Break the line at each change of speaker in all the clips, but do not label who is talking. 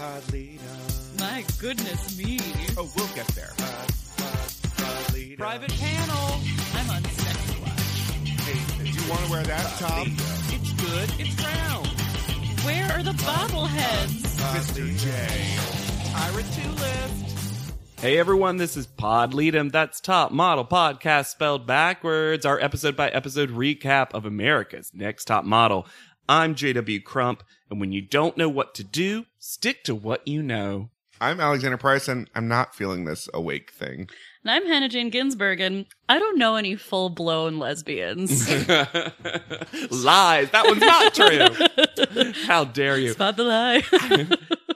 Pod leader.
My goodness me.
Oh, we'll get there. Pod, pod, pod leader.
Private panel. I'm on sex watch.
Hey, do you want to wear that top?
It's good. It's round. Where are the bobbleheads?
Mr. J.
Ira two lift.
Hey everyone, this is Pod Leadem. That's Top Model Podcast spelled backwards. Our episode by episode recap of America's Next Top Model. I'm JW Crump, and when you don't know what to do, stick to what you know.
I'm Alexander Price, and I'm not feeling this awake thing.
And I'm Hannah Jane Ginsburg, and I don't know any full blown lesbians.
Lies. That one's not true. How dare you?
Spot the lie.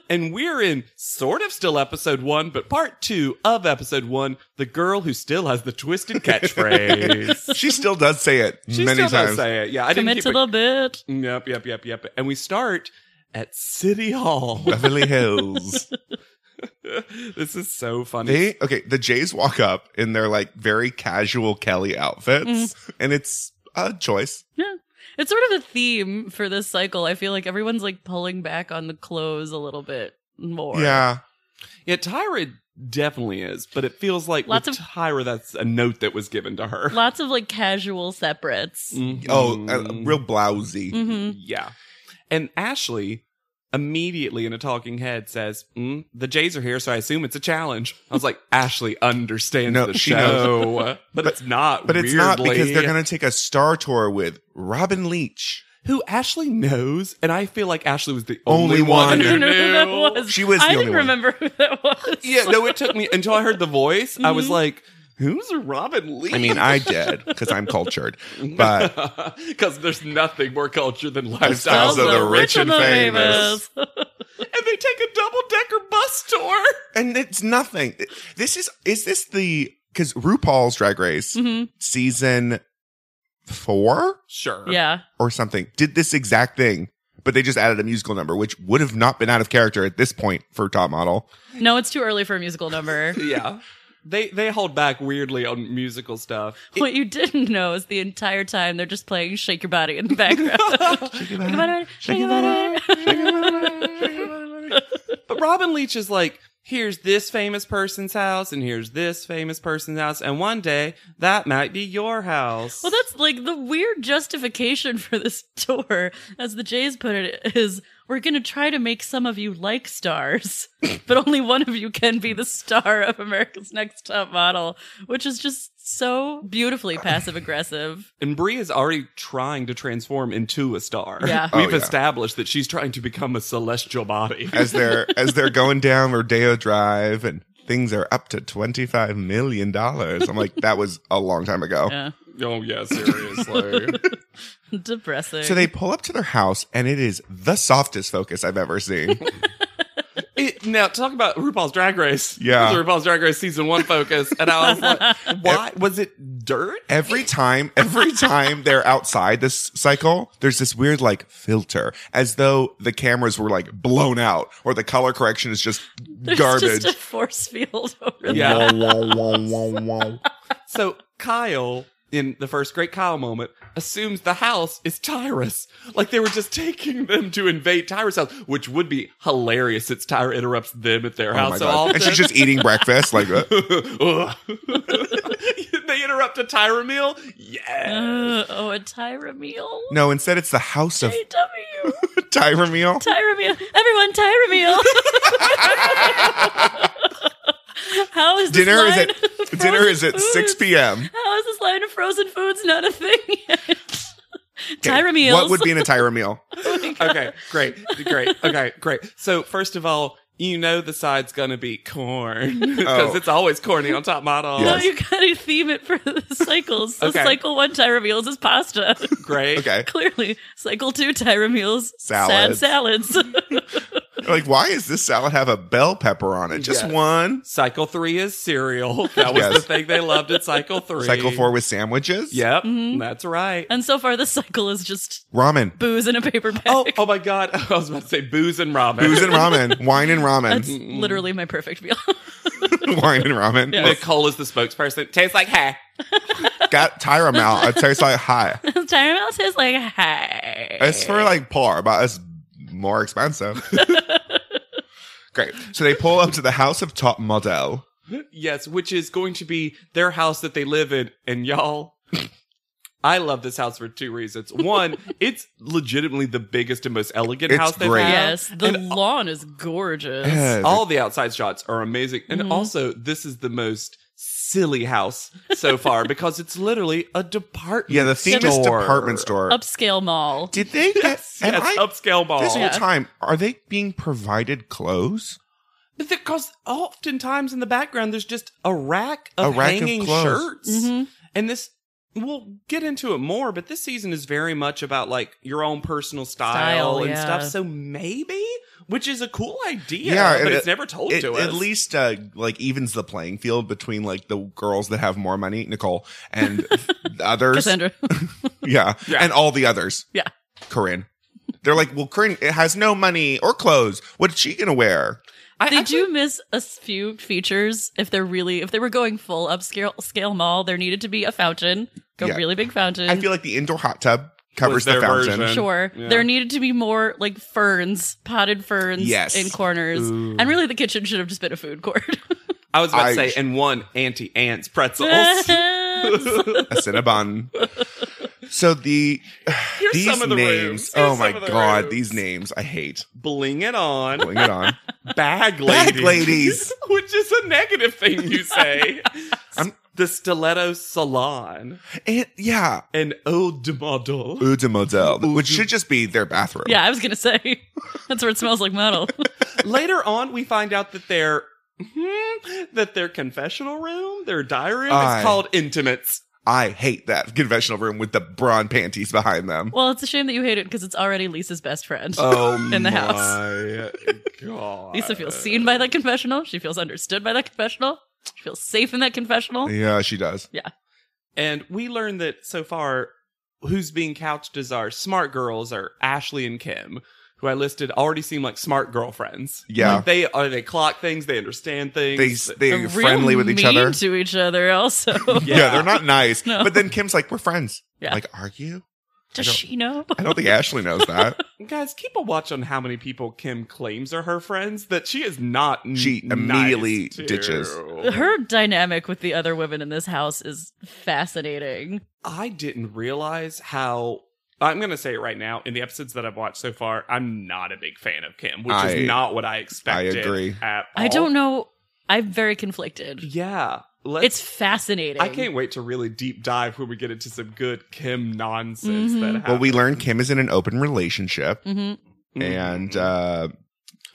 And we're in sort of still episode one, but part two of episode one the girl who still has the twisted catchphrase.
She still does say it
she
many
still does
times.
say it. Yeah, I didn't
Commit
keep
to
it-
the bit.
Yep, yep, yep, yep. And we start at City Hall.
Beverly Hills.
this is so funny.
they okay. The Jays walk up in their like very casual Kelly outfits, and it's a choice.
Yeah. It's sort of a theme for this cycle. I feel like everyone's like pulling back on the clothes a little bit more.
yeah,
yeah, Tyra definitely is, but it feels like
Lots
with
of-
Tyra, that's a note that was given to her.
Lots of like casual separates.
Mhm.
oh, uh, real blousy.
hmm
yeah. And Ashley immediately in a talking head says, mm, "The Jays are here, so I assume it's a challenge." I was like, Ashley understands
No,
the
she
show, but, it's not.
But it's not
weirdly.
because they're going to take a star tour with Robin Leach.
who Ashley knows, and I feel like Ashley was the
Only
only,
one.
one.
No,
who
no, no,
knew.
that was.
She was the
I
only
didn't
one.
remember who that was.
Yeah, no, it took me until I heard the voice. I
Mm-hmm.
was like, "Who's Robin Lee?"
I mean, I did because I'm cultured, but
because there's nothing more culture than
Lifestyles
lifestyles,
of the rich and famous.
and they take a double decker bus tour.
and it's nothing. This is is this the because RuPaul's Drag Race season four
Sure.
Yeah.
or something did this exact thing, but they just added a musical number, which would have not been out of character at this point for Top Model.
No, it's too early for a musical number.
yeah. They they hold back weirdly on musical stuff.
what you didn't know is the entire time they're just playing Shake Your Body in the background. shake your body, shake your body.
But Robin Leach is like, here's this famous person's house, and here's this famous person's house, and one day that might be your house.
Well, that's like the weird justification for this tour, as the Jays put it, is we're going to try to make some of you like stars, but only one of you can be the star of America's Next Top Model, which is just so beautifully passive aggressive.
And Brie is already trying to transform into a star.
Yeah.
Oh,
We've
yeah.
established that she's trying to become a celestial body.
As they're as they're going down Rodeo Drive and things are up to twenty five million dollars. I'm like, that was a long time ago.
Yeah,
oh yeah, seriously.
depressing.
So they pull up to their house and it is the softest focus I've ever seen.
it, now talk about RuPaul's Drag Race.
Yeah.
It was RuPaul's Drag Race season one focus, and I was like, why was it dirt?
every time every time they're outside this cycle there's this weird like filter as though the cameras were like blown out or the color correction is just
There's
garbage
just a force field over
Yeah.
there.
Oh
So Kyle, in the first great Kyle moment, assumes the house is Tyrus. Like they were just taking them to invade Tyrus' house, which would be hilarious since Tyra interrupts them at their
Oh my
house. So all
God. and she's just eating breakfast like uh,
Ugh. they interrupt a Tyra meal? Yeah.
Uh, oh, a Tyra meal?
no instead it's the house of
AW.
tyra meal
Tyra meal. Everyone, Tyra meal. How is this
dinner is
line
at
of
dinner is
frozen
at 6
foods-
p.m
How is this line of frozen foods not a thing yet?
Okay,
Tyra meals.
what would be in a tyra meal
okay, great. Great. Okay, great. So, first of all, you know the side's gonna be corn because
Oh.
it's always corny on Top Model.
Yes.
No, you gotta theme it for the cycles. So
Okay.
cycle one Tyra Meals is pasta.
Great.
Okay.
Clearly. Cycle two Tyra Meals
Salads.
sad salads.
Like, why does this salad have a bell pepper on it? Just
Yes.
one.
Cycle three is cereal. That was
Yes.
the thing they loved in cycle three.
Cycle four with sandwiches.
Yep, that's right.
and so far this cycle is just
Ramen.
booze in a paper bag.
Oh, oh my God! I was about to say booze and ramen.
Booze and ramen. Wine and
That's
ramen.
literally my perfect meal.
Wine and ramen.
Nicole is the spokesperson. Tastes like hey.
Got Tyra Mal. It tastes like high.
Tyra Meals tastes like hey.
It's for like par, but it's more expensive. Great. So they pull up to the house of top model.
Yes, which is going to be their house that they live in. And y'all, I love this house for two reasons. One, it's legitimately the biggest and most elegant
It's
house they've
great.
had.
Yes, the
And-
lawn is gorgeous.
Yeah.
All the outside shots are amazing. And also, this is the most silly house so far because it's literally a department
Yeah, the theme is
store.
department store.
Upscale mall.
Did they get and
Yes,
I-
upscale mall.
this whole
Yeah.
time? Are they being provided clothes?
Because oftentimes in the background, there's just a rack of
A rack of
hanging
clothes.
shirts.
Mhm.
And this, we'll get into it more, but this season is very much about like your own personal style,
Style,
and
yeah.
stuff. So maybe, which is a cool idea,
Yeah,
but
it-
it's never told
It,
to us.
at least uh, like evens the playing field between like the girls that have more money, Nicole, and the others.
Cassandra.
Yeah.
Yeah.
And all the others.
Yeah.
Corinne. They're like, well, Corinne it has no money or clothes. What's she gonna wear?
I
They
actually-
do miss a s- few features if they're really if they were going full upscale scale mall, there needed to be a fountain. A
Yeah.
really big fountain.
I feel like the indoor hot tub
Was
covers the
their
fountain.
version.
sure.
Yeah.
There needed to be more like ferns, potted ferns
Yes.
in corners.
Ooh.
And really the kitchen should have just been a food court.
I was about
I-
to say, and one anti ants pretzels.
Yes.
A Cinnabon. so the
Here's
these
some of the
names.
rooms.
Oh
Here's some
my
of the
god,
rooms.
these names I hate.
Bling it on.
Bring it on.
Bag ladies.
Bag ladies.
Which is a negative thing you say.
I'm-
the Stiletto Salon.
And, yeah.
An old model.
Eau de Model, which should just be their bathroom.
yeah, I was gonna say. That's where it smells like metal.
Later on, we find out that their hmm, that their confessional room, their diary room,
Aye.
is called Intimates.
I hate that conventional room with the brawn panties behind them.
well, it's a shame that you hate it because it's already Lisa's best friend.
Oh,
In the house.
God.
Lisa feels seen by that confessional. She feels understood by that confessional. She feels safe in that confessional.
Yeah, she does.
And we learn that so far, who's being couched as our smart girls are Ashley and Kim, who I listed already seem like smart girlfriends.
Yeah.
Like they are. They clock things. They understand
They
things.
they're friendly with each
mean
other.
to each other also.
Yeah. they're not nice.
No.
But then Kim's like, we're friends.
Yeah.
Like, are you? I
Does
don't-
she know?
I don't think Ashley knows that.
Guys, keep a watch on how many people Kim claims are her friends that she is not. n-
She
nice
immediately
to.
ditches.
Her dynamic with the other women in this house is fascinating.
I didn't realize how. I'm going to say it right now. In the episodes that I've watched so far, I'm not a big fan of Kim, which
I-
is not what I expected.
agree.
At
I
all.
don't know. I'm very conflicted.
Yeah. Let's,
It's fascinating.
I can't wait to really deep dive when we get into some good Kim nonsense
Mhm.
that
Well,
happens.
well, we learn Kim is in an open relationship,
hmm
Mm-hmm.
and uh,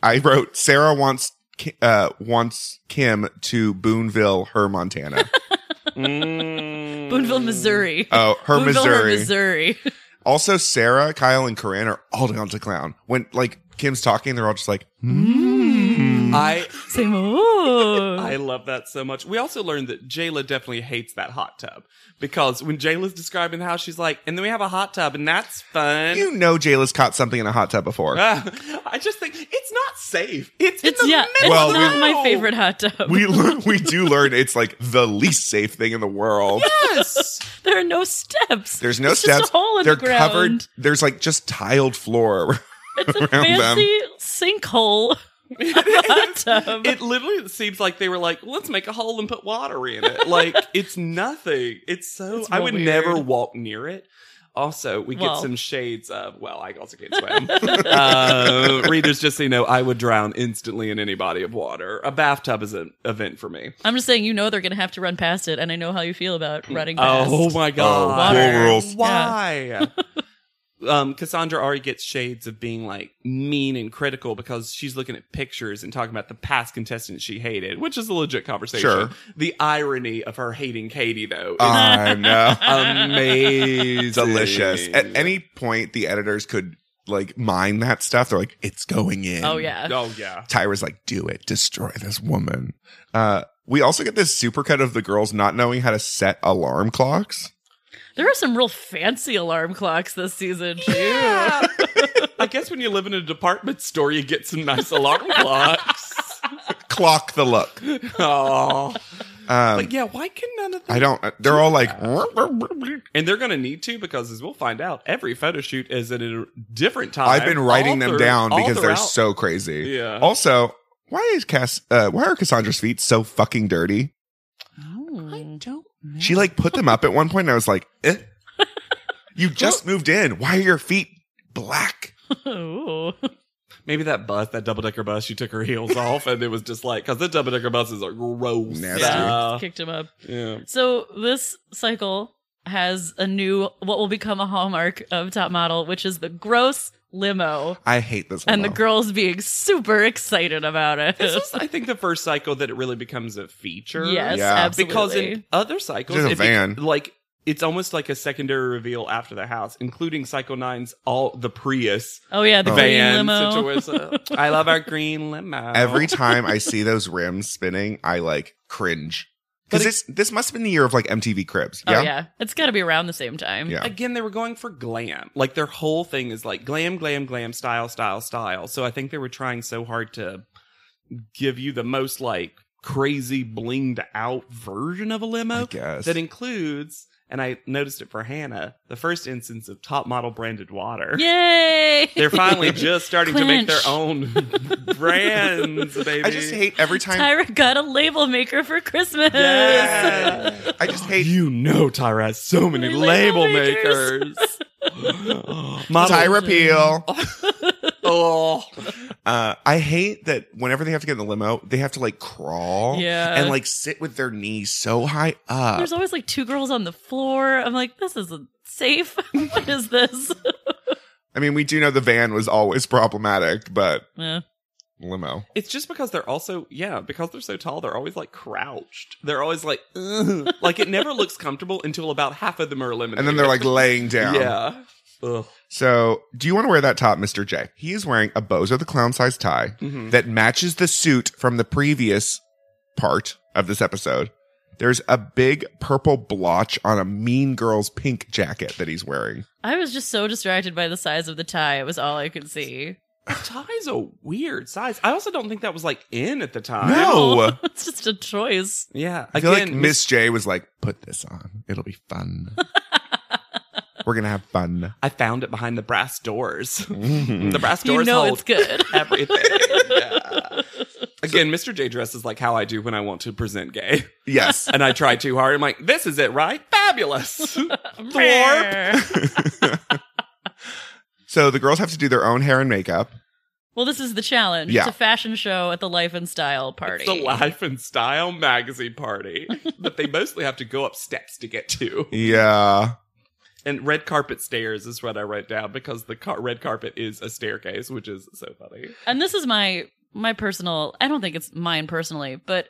I wrote Sarah wants Ki- uh, wants Kim to Boonville, her Montana.
Boonville, Missouri.
Oh, her
Boonville,
Missouri.
Her Missouri.
Also, Sarah, Kyle, and Corinne are all down to clown. When like Kim's talking, they're all just like,
Mm-hmm.
"Hmm."
I
Same. Oh.
I love that so much. We also learned that Jayla definitely hates that hot tub because when Jayla's describing the house, she's like, and then we have a hot tub, and that's fun.
you know, Jayla's caught something in a hot tub before.
Ah, I just think it's not safe. It's,
it's
in the
yeah. It's
middle.
Well, we-
not my favorite hot tub.
we learn, we do learn it's like the least safe thing in the world.
Yes.
there are no steps.
There's no
It's just a
steps.
hole in
They're
the ground.
covered. There's like just tiled floor.
It's a
around them.
fancy sinkhole hot tub.
it literally seems like they were like, let's make a hole and put water in it. Like it's nothing. It's so
It's
I would
weird.
never walk near it. Also, we
Well.
get some shades of well, I also can't swim. uh, readers, just so you know, I would drown instantly in any body of water. A bathtub is an event for me.
I'm just saying, you know, they're going to have to run past it, and I know how you feel about running past.
Oh my god!
Water.
rules.
Why? um, Cassandra already gets shades of being like mean and critical because she's looking at pictures and talking about the past contestants she hated, which is a legit conversation.
Sure.
The irony of her hating Katie though is
I know.
amazing,
Oh, Delicious. At any point, the editors could like mine that stuff. They're like, it's going in.
Oh yeah.
oh yeah,
Tyra's like, do it, destroy this woman. Uh, we also get this supercut of the girls not knowing how to set alarm clocks.
There are some real fancy alarm clocks this season too.
I guess when you live in a department store, you get some nice alarm clocks.
Clock the look.
oh,
Um,
but yeah, why can none of them?
I don't, they're all like,
And they're going to need to because, as we'll find out, every photo shoot is at a different time.
I've been writing
all
them
through-
down
all
because they're
throughout-
so crazy.
Yeah.
Also, why is Cass, uh, why are Cassandra's feet so fucking dirty?
Hmm.
don't know.
She like put them up at one point and I was like, eh? you just moved in. Why are your feet black?
Ooh.
Maybe that bus, that double decker bus, she took her heels off and it was just like, because the double decker buses are gross.
Nasty.
Yeah.
Yeah.
Kicked him up.
yeah.
So this cycle has a new what will become a hallmark of top model, which is the gross limo.
I hate this
And the
limo.
girls being super excited about it.
This was, I think, the first cycle that it really becomes a feature.
yes,
Yeah.
absolutely.
Because in other cycles,
There's a
it be-
van.
like, it's almost like a secondary reveal after the house, including Cycle Nine's all the Prius
oh yeah, the green
van
limo.
situation. I love our green limo.
Every time I see those rims spinning, I like cringe. Because
But it-
this this must have been the year of like MTV Cribs.
Oh
Yeah.
yeah, it's got to be around the same time.
Yeah.
again they were going for glam like their whole thing is like glam glam glam style style style so i think they were trying so hard to give you the most like crazy blinged out version of a
I
limo
guess.
that includes and i noticed it for hannah the first instance of top model branded water
Yay!
they're finally just starting to make their
Clinch.
own brands baby
I just hate every time.
Tyra got a label maker for Christmas.
Yeah. I just hate
you know tyra has so many label,
Label
makers,
makers.
Model-
Tyra Peel.
oh
Uh, I hate that whenever they have to get in the limo, they have to like crawl
Yeah.
and like sit with their knees so high up.
There's always like two girls on the floor. I'm like, this isn't safe. what is this?
I mean, we do know the van was always problematic, but
Yeah.
limo.
It's just because they're also yeah, because they're so tall, they're always like crouched. They're always like Ugh. like it never looks comfortable until about half of them are eliminated.
And then they're like laying down.
yeah. Ugh.
So, do you want to wear that top, Mr. J? He is wearing a Bozo the Clown size tie
Mhm.
that matches the suit from the previous part of this episode. There's a big purple blotch on a Mean Girls pink jacket that he's wearing.
I was just so distracted by the size of the tie. It was all I could see.
The tie's a weird size. I also don't think that was like in at the time.
No,
it's just a choice.
Yeah.
I feel like
Again,
Miss J was like, "Put this on; it'll be fun. We're gonna have fun."
I found it behind the brass doors.
Mhm.
the brass
You
doors
know
hold
it's good.
everything. Yeah. Again, Mr. J dresses like how I do when I want to present gay.
yes,
And I try too hard. I'm like, this is it, right? Fabulous. Thorpe.
So the girls have to do their own hair and makeup.
Well, this is the challenge.
Yeah.
It's a fashion show at the Life and Style party.
It's a Life and Style magazine party that they mostly have to go up steps to get to.
Yeah.
And red carpet stairs is what I wrote down because the car- red carpet is a staircase, which is so funny.
And this is my my personal. I don't think it's mine personally, but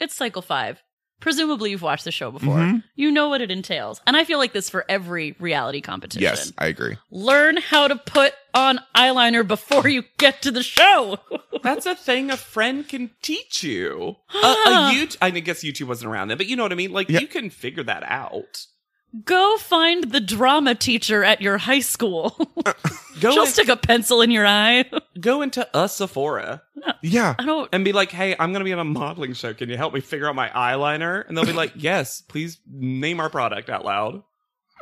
it's cycle five. Presumably, you've watched the show before.
Mhm.
You know what it entails, and I feel like this for every reality competition.
Yes, I agree.
learn how to put on eyeliner before you get to the show.
That's a thing a friend can teach you. a, a YouTube, I mean, guess YouTube wasn't around then, but you know what I mean? Like,
Yeah.
you can figure that out.
Go find the drama teacher at your high school.
Go,
She'll
in,
stick a pencil in your eye.
go into a Sephora
Yeah.
I don't.
and be like, hey, I'm going to be on a modeling show. Can you help me figure out my eyeliner? And they'll be like, yes, please name our product out loud.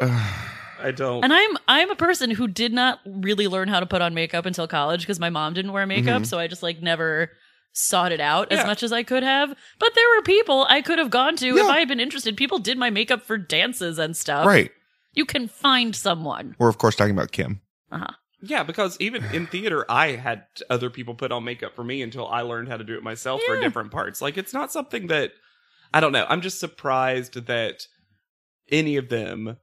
I don't.
And I'm I'm a person who did not really learn how to put on makeup until college because my mom didn't wear
Mm-hmm.
makeup, so I just like never sought it out
Yeah.
as much as I could have. But there were people I could have gone to
Yeah.
if I had been interested. People did my makeup for dances and stuff.
right.
You can find someone.
We're of course talking about Kim.
Yeah, because even in theater, I had other people put on makeup for me until I learned how to do it myself for
Yeah.
different parts. Like, it's not something that I don't know. I'm just surprised that any of them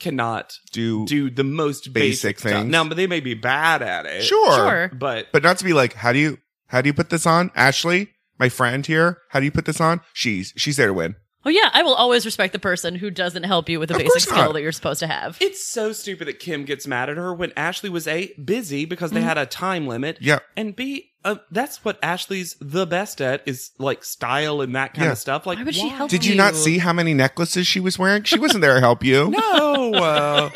cannot
Do,
do the most basic,
Basic
things.
things.
Now, but they may be bad at it.
sure,
Sure.
But
but not to be like, how do you how do you put this on, Ashley? My friend here, how do you put this on? She's she's there to win.
Oh yeah, I will always respect the person who doesn't help you with the
Of
basic
course
skill
not.
that you're supposed to have.
it's so stupid that Kim gets mad at her when Ashley was A, busy because
Mm-hmm.
they had a time limit.
Yeah,
And B, uh, that's what Ashley's the best at is like style and that kind
Yeah.
of stuff. Like,
Why would she help
Did you not
you.
see how many necklaces she was wearing? She wasn't there to help you.
No, uh,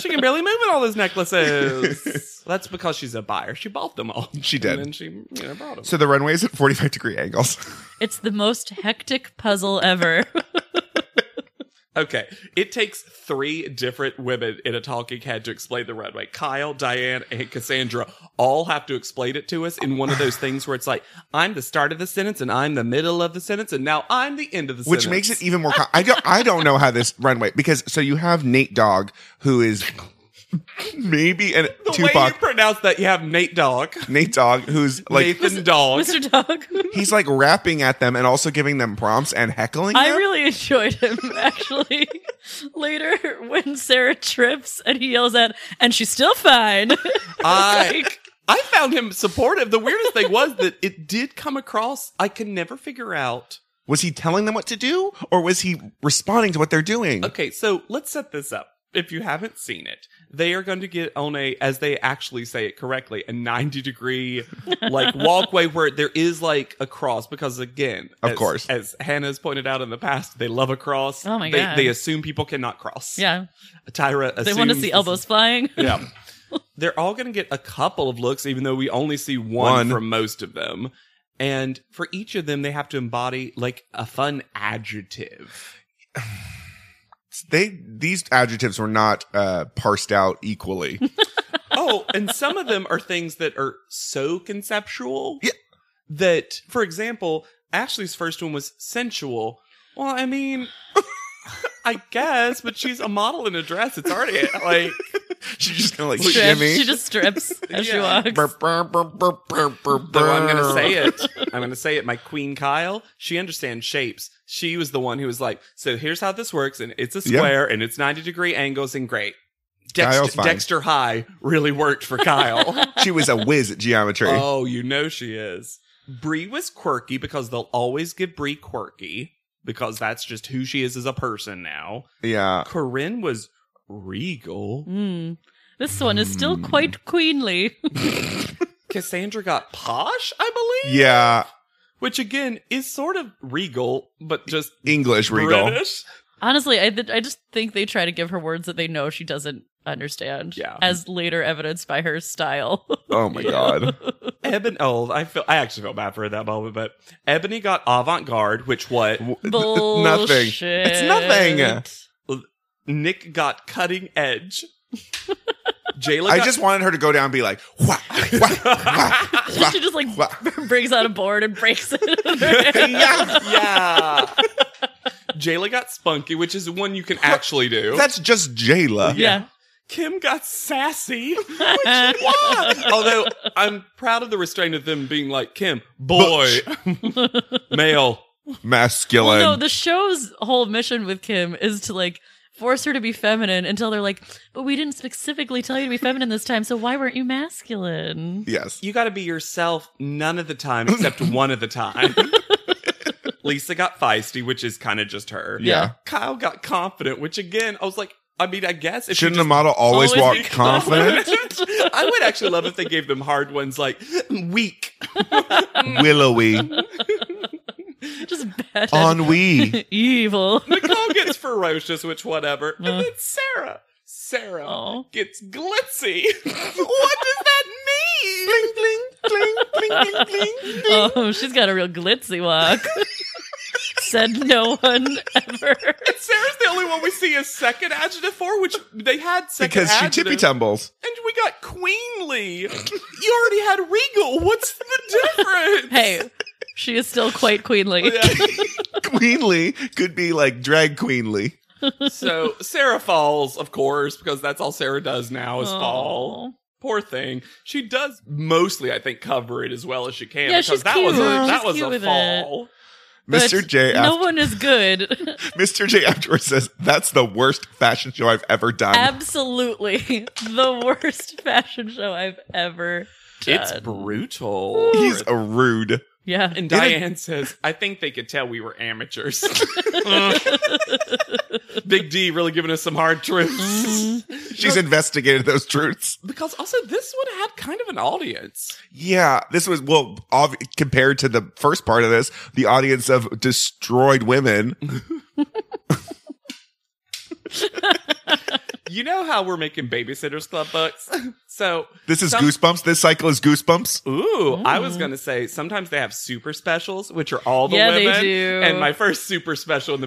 she can barely move in all those necklaces. That's because she's a buyer. She bought them all.
She did.
And then she you know, bought them.
So the runway is at 45 degree angles.
It's the most hectic puzzle ever.
Okay. It takes three different women in a talking head to explain the runway. Kyle, Diane, and Cassandra all have to explain it to us in one of those things where it's like, I'm the start of the sentence and I'm the middle of the sentence and now I'm the end of the
which
sentence.
makes it even more. Com- I don't. I don't know how this runway because so you have Nate Dogg who is maybe an
the way you
Tupac
pronounce that, you have Nate Dogg,
Nate Dogg who's like
Nathan Dogg.
Mr. Dog.
he's like rapping at them and also giving them prompts and heckling.
I
them.
really enjoyed him actually. Later when Sarah trips and he yells at and she's still fine.
I,
Like-
I found him supportive. The weirdest thing was that it did come across. I can never figure out.
was he telling them what to do or was he responding to what they're doing?
Okay, so let's set this up. If you haven't seen it, they are going to get on a, as they actually say it correctly, a 90 degree like walkway where there is like a cross because again,
Of
as-
course.
as Hannah's pointed out in the past, they love a cross.
Oh my
they,
God.
They assume people cannot cross.
yeah.
Tyra
They want to
assumes
see
this
elbows flying.
is- yeah. They're all going to get a couple of looks, even though we only see one
One.
from most of them. And for each of them, they have to embody like a fun adjective.
They these adjectives were not uh, parsed out equally.
oh, and some of them are things that are so conceptual
Yeah.
that, for example, Ashley's first one was sensual. Well, I mean, I guess, but she's a model in a dress. It's already like
She's just gonna like
Well,
Strips.
shimmy.
She just strips as she
Yeah.
walks.
Burp, burp, burp, burp, burp, burp,
Though I'm going to
burp.
say it. I'm going to say it. My queen Kyle, she understands shapes. She was the one who was like, so here's how this works. And it's a
Yeah.
square and it's 90 degree angles and great.
Kyle's
Dexter,
fine.
Dexter High really worked for Kyle.
She was a whiz at geometry.
Oh, you know she is. Bree was quirky because they'll always give Bree quirky because that's just who she is as a person now.
yeah.
Corinne was regal.
Mm. This one is still
Hmm.
quite queenly.
Cassandra got posh, I believe,
Yeah.
which again is sort of regal, but just
English regal.
British.
Honestly, I th- I just think they try to give her words that they know she doesn't understand.
Yeah.
As later evidenced by her style.
Oh my god.
Ebony, oh, I feel I actually feel bad for her at that moment, but Ebony got avant garde, which what
Nothing.
Bullshit.
It's nothing.
Nick got cutting edge. Jayla,
I
got-
just wanted her to go down and be like, wah, wah, wah, wah,
She just like
wah.
brings out a board and breaks it. in her hand.
Yeah.
yeah. Jayla got spunky, which is one you can actually do.
That's just Jayla.
yeah.
Kim got sassy. Which, what? Although I'm proud of the restraint of them being like, Kim, boy, male.
Masculine.
No, the show's whole mission with Kim is to like force her to be feminine until they're like, but we didn't specifically tell you to be feminine this time, so why weren't you masculine?
yes.
You got to be yourself none of the time except one of the time. Lisa got feisty, which is kind of just her.
Yeah.
Kyle got confident, which again, I was like, I mean, I guess if you
Shouldn't
just
a model always,
Always
walk
be
confident?
I would actually love if they gave them hard ones like weak.
Willowy.
Just bad.
Ennui.
Evil.
Nicole gets ferocious, which whatever. And
Uh.
then Sarah. Sarah
Oh.
gets glitzy. what does that mean?
Oh, she's got a real glitzy walk. Said no one ever.
And Sarah's the only one we see a second adjective for, which they had second
Because she
adjective.
tippy tumbles.
And we got queenly. you already had regal. What's the difference?
Hey, she is still quite queenly.
Oh, Yeah.
Queenly could be like drag queenly.
So Sarah falls, of course, because that's all Sarah does now is fall.
Aw.
Poor thing. She does mostly, I think, cover it as well as she can
Yeah,
because
she's
that was a,
cute.
that
She's
was
cute
a
with it.
fall.
but
Mr. J.
No
after-
one is good.
Mr. J afterwards says, That's the worst fashion show I've ever done.
Absolutely the worst fashion show I've ever done.
It's brutal.
He's a rude.
yeah.
and
Did it-
Diane says, I think they could tell we were amateurs. Big D really giving us some hard truths.
Mm-hmm.
She's investigated those truths.
because also, this one had kind of an audience.
Yeah, this was, well, ob- compared to the first part of this, the audience of destroyed women.
Mm-hmm.
You know how we're making Babysitters Club bucks? so,
This is
Some-
Goosebumps. This cycle is Goosebumps.
ooh, I was going to say sometimes they have super specials, which are all the
Mm. Yeah, they
women.
do.
And my first super special in the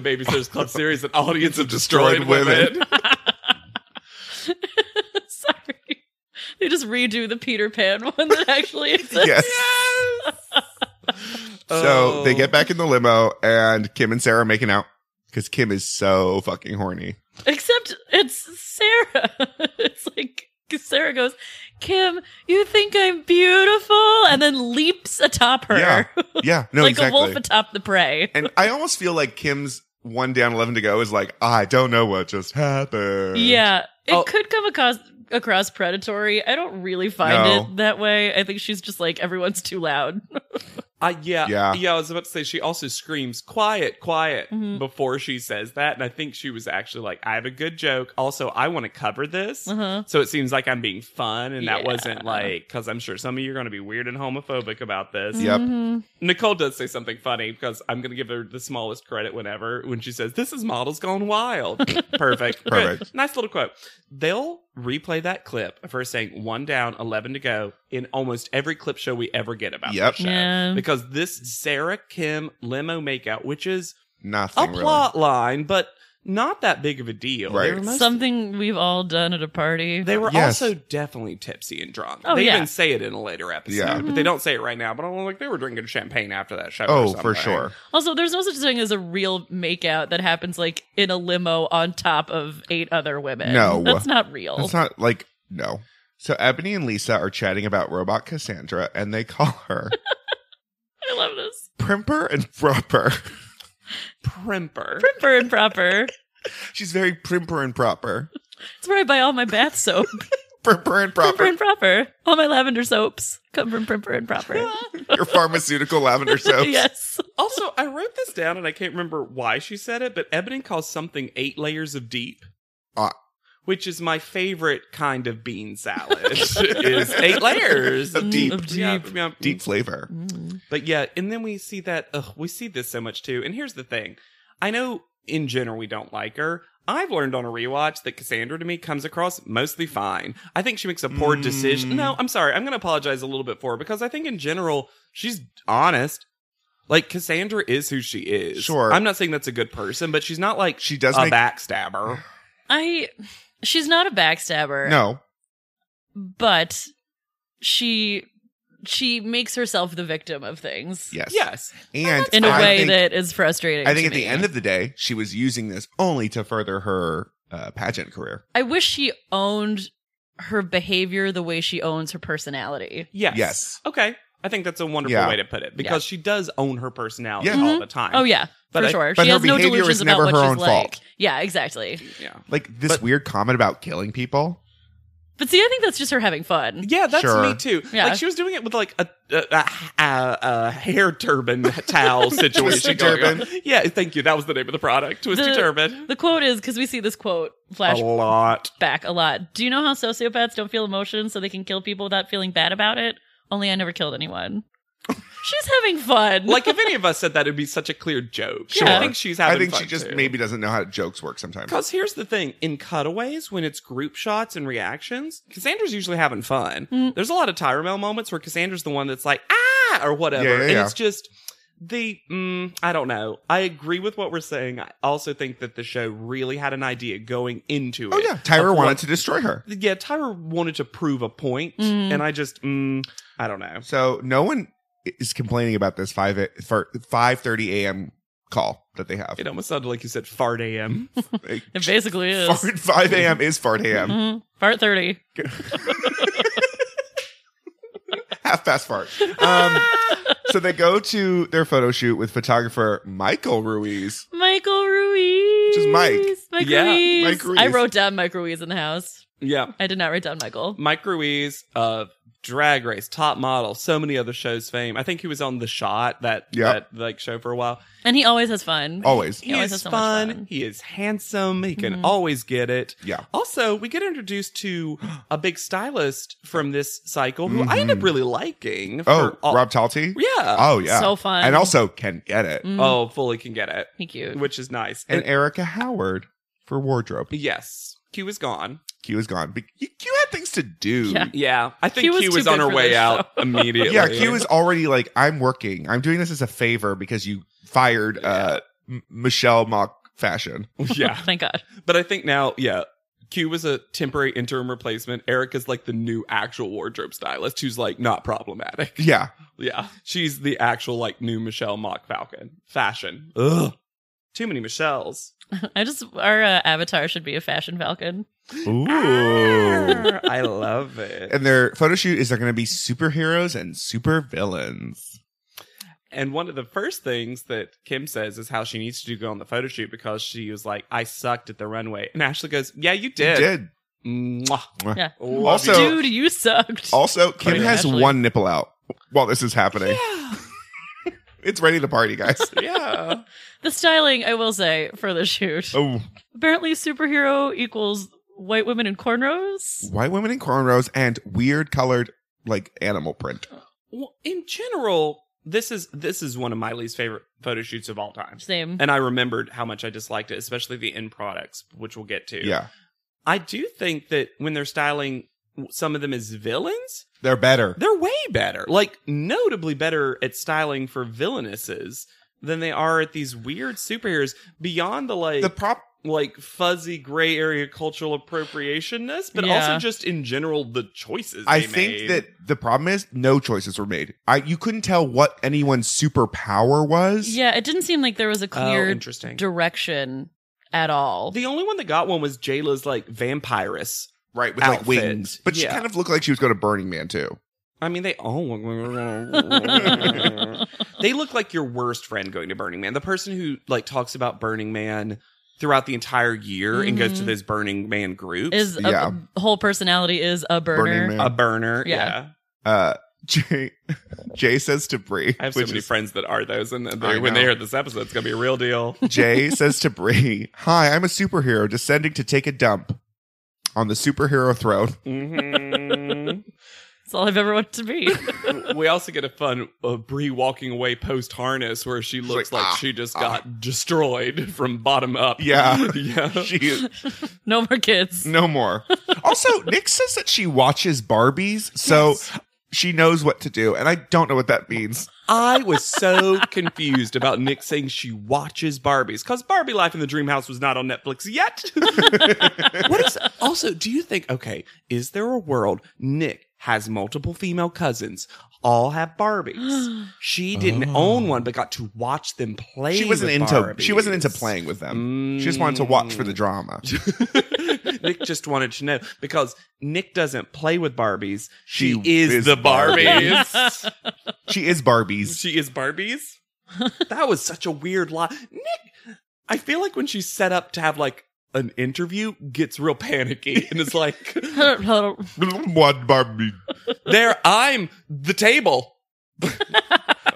Babysitters Club series, an audience of destroyed,
Destroyed women.
women.
Sorry. They just redo the Peter Pan one that actually exists.
Yes. So they get back in the limo and Kim and Sarah are making out because Kim is so fucking horny.
Except it's Sarah. it's like Sarah goes, Kim, you think I'm beautiful? And then leaps atop her.
Yeah. Yeah, no,
like
exactly.
a wolf atop the prey.
and I almost feel like Kim's one down, 11 to go is like, I don't know what just happened.
Yeah. It
Oh.
could come across across predatory. I don't really find
No.
it that way. I think she's just like everyone's too loud.
Uh, yeah,
Yeah.
yeah. I was about to say she also screams "quiet, quiet"
Mhm.
before she says that, and I think she was actually like, "I have a good joke." Also, I want to cover this,
Uh-huh.
so it seems like I'm being fun, and that
Yeah.
wasn't like because I'm sure some of you are going to be weird and homophobic about this.
Yep.
Mhm.
Nicole does say something funny because I'm going to give her the smallest credit whenever when she says, "This is models gone wild." Perfect, Good.
Perfect.
Nice little quote. They'll replay that clip of her saying "one down, eleven to go" in almost every clip show we ever get about
Yep.
the show
Yeah.
because this Sarah Kim limo makeout, which is a
Nothing really.
plot line, but not that big of a deal.
Right.
They were, most-
Something we've all done at a party.
they were
Yes.
also definitely tipsy and drunk.
Oh,
they
yeah.
even say it in a later episode,
Yeah.
but they don't say it right now. But I'm like, they were drinking champagne after that show. or
Oh, for
something.
sure.
Also, there's no such thing as a real makeout that happens like in a limo on top of eight other women.
No.
that's not real.
That's not like, no. So Ebony and Lisa are chatting about robot Cassandra and they call her
I love this.
Primper and Proper.
Primper.
Proper and proper.
She's very primper and proper.
It's where I buy all my bath soap.
Primper and
Primper
proper.
and proper. All my lavender soaps come from Primper and proper.
Your pharmaceutical lavender soaps.
yes.
also, I wrote this down and I can't remember why she said it, but Ebony calls something eight layers of deep.
Ah.
which is my favorite kind of bean salad. is eight layers
Of deep.
Of deep.
Yeah, yeah.
Deep flavor.
Mm-hmm.
Mm.
But yeah, and then we see that ugh, we see this so much too. And here's the thing: I know in general we don't like her. I've learned on a rewatch that Cassandra to me comes across mostly fine. I think she makes a poor
Mm.
decision. No, I'm sorry. I'm going to apologize a little bit for her because I think in general she's honest. Like Cassandra is who she is.
Sure.
I'm not saying that's a good person, but she's not like
She does
a
make-
backstabber.
I. She's not a backstabber.
No.
But she she makes herself the victim of things
Yes.
Yes.
And
in a
I
way
think-
that is frustrating.
I think
to
at the
me.
end of the day, she was using this only to further her uh, pageant career.
I wish she owned her behavior the way she owns her personality.
Yes.
Yes.
Okay. I think that's a wonderful
Yeah.
way to put it because she does own her personality
Yeah.
all
Mhm.
the time.
Oh yeah,
But
for
I-
sure.
but
She
her
has no
behavior
delusions
is
about
never
what
her
she's
own
like.
fault.
Yeah, exactly.
Yeah.
Like this
But-
weird comment about killing people.
But see, I think that's just her having fun.
Yeah, that's
Sure.
me too.
Yeah.
Like she was doing it with like a a, a, a, a hair turban towel situation.
Twisted
going on.
turban.
Yeah, thank you. That was the name of the product. Twisty
The-
turban.
The quote is because we see this quote
A
flash
Oh,
lot.
back a lot. Do you know how sociopaths don't feel emotion, so they can kill people without feeling bad about it? Only I never killed anyone. she's having fun.
Like if any of us said that, it'd be such a clear joke.
Sure.
I think she's having.
I think
fun
she just
too.
maybe doesn't know how jokes work sometimes.
Because here's the thing: in cutaways, when it's group shots and reactions, Cassandra's usually having fun.
Mm.
There's a lot of Tyrell moments where Cassandra's the one that's like ah or whatever,
Yeah, yeah,
and
yeah.
it's just the mm, I don't know. I agree with what we're saying. I also think that the show really had an idea going into
Oh
it.
yeah, Tyra
Of
wanted
what-
to destroy her.
Yeah, Tyra wanted to prove a point,
Mm.
and I just mm, I don't know.
So no one is complaining about this five a- for five thirty a.m. call that they have.
It almost sounded like you said fart AM.
Like,
it basically is.
fart- five a.m. is fart a.m.
Mhm. Part thirty.
Mm-hmm.
half past fart. Um, So they go to their photo shoot with photographer Michael Ruiz.
Michael Ruiz.
Just Mike.
Mike
Yeah,
Ruiz.
Mike Ruiz.
I wrote down Mike Ruiz in the house.
yeah.
I did not write down Michael.
Mike Ruiz, uh, Drag Race, Top Model, so many other shows. Fame. I think he was on The Shot that
Yep.
that like show for a while.
And he always has fun.
Always.
He
always
is
has so much
fun.
fun. Mm-hmm.
He is handsome. He can always get it.
Yeah.
Also, we get introduced to a big stylist from this cycle who I end up really liking.
Mm-hmm. Oh,
for all-
Rob Talty?
Yeah.
Oh, yeah.
So fun. Mm.
And also can get it.
Mm-hmm.
Oh, fully can get it,
He cute.
which is nice.
And Erica Howard for wardrobe.
yes, Q is gone.
Q is gone. But you, Q had things to do.
Yeah.
Yeah, I think
Q
Q
was
was,
too
on
good
her
for
way
this
out
show.
immediately.
Yeah, Q is already like, I'm working. I'm doing this as a favor because you fired uh, M- Michelle Mock Fashion.
yeah.
Thank God.
But I think now, yeah, Q was a temporary interim replacement. Eric is like the new actual wardrobe stylist who's like not problematic.
Yeah.
Yeah. She's the actual like new Michelle Mock Falcon fashion. Ugh. Too many Michelles.
I just our uh, avatar should be a fashion falcon. Ah.
Ooh.
I love it.
and their photo shoot is they're going to be superheroes and supervillains.
And one of the first things that Kim says is how she needs to go on the photo shoot because she was like, I sucked at the runway. And Ashley goes, Yeah, you
You
did.
Did.
Mwah.
Yeah.
Love
Also-
you.
Dude, you sucked.
Also, Kim
Clearly,
has
Ashley.
one nipple out while this is happening. it's ready to party, guys.
yeah.
the styling, I will say, for the shoot.
oh,
Apparently, superhero equals white women in cornrows.
white women in cornrows and weird colored like animal print.
Well, in general, this is this is one of my least favorite photo shoots of all time.
Same.
And I remembered how much I disliked it, especially the end products, which we'll get to.
Yeah,
I do think that when they're styling some of them as villains,
they're better.
they're way better. Like notably better at styling for villainesses than they are at these weird superheroes beyond the like
The prop.
like fuzzy gray area cultural appropriationness, but
Yeah.
also just in general the choices.
I
they
think
made.
that the problem is no choices were made. I you couldn't tell what anyone's superpower was.
yeah, it didn't seem like there was a
Oh,
clear
interesting.
direction at all.
The only one that got one was Jayla's like vampiress.
right with like
Outfit.
wings, but she
Yeah.
kind of looked like she was going to Burning Man too.
I mean, they all they look like your worst friend going to Burning Man. The person who like talks about Burning Man throughout the entire year and goes to
Mhm.
those Burning Man groups.
is a,
Yeah.
whole personality is a burner.
Burning Man.
a burner.
Yeah.
Yeah.
Uh, Jay, Jay says to Brie,
I have so
which
many
is-
friends that are those, and
I
they, when
know.
they hear this episode, it's gonna be a real deal.
Jay says to Brie, "Hi, I'm a superhero descending to take a dump on the superhero throne."
Mm. Mhm.
That's all I've ever wanted to be.
we also get a fun uh, Brie walking away post harness where she looks
like,
like,
"Ah,
she just
ah."
got destroyed from bottom up.
Yeah.
yeah.
She is
no more kids.
no more. Also, Nick says that she watches Barbies, so she knows what to do, and I don't know what that means.
I was so confused about Nick saying she watches Barbies because Barbie Life in the Dream House was not on Netflix yet. what is also? Do you think okay? Is there a world Nick has multiple female cousins? All have Barbies. She didn't own one, but got to watch them play.
She wasn't
with
into she wasn't into
Barbies. Mm.
playing with them. She just wanted to watch for the drama.
Nick just wanted to know because Nick doesn't play with Barbies. She,
She
is,
is
the Barbies.
She is Barbies.
She is Barbie's. that was such a weird lie. Nick, I feel like when she's set up to have like an interview, gets real panicky and is like,
One Barbie.
"There, I'm the table."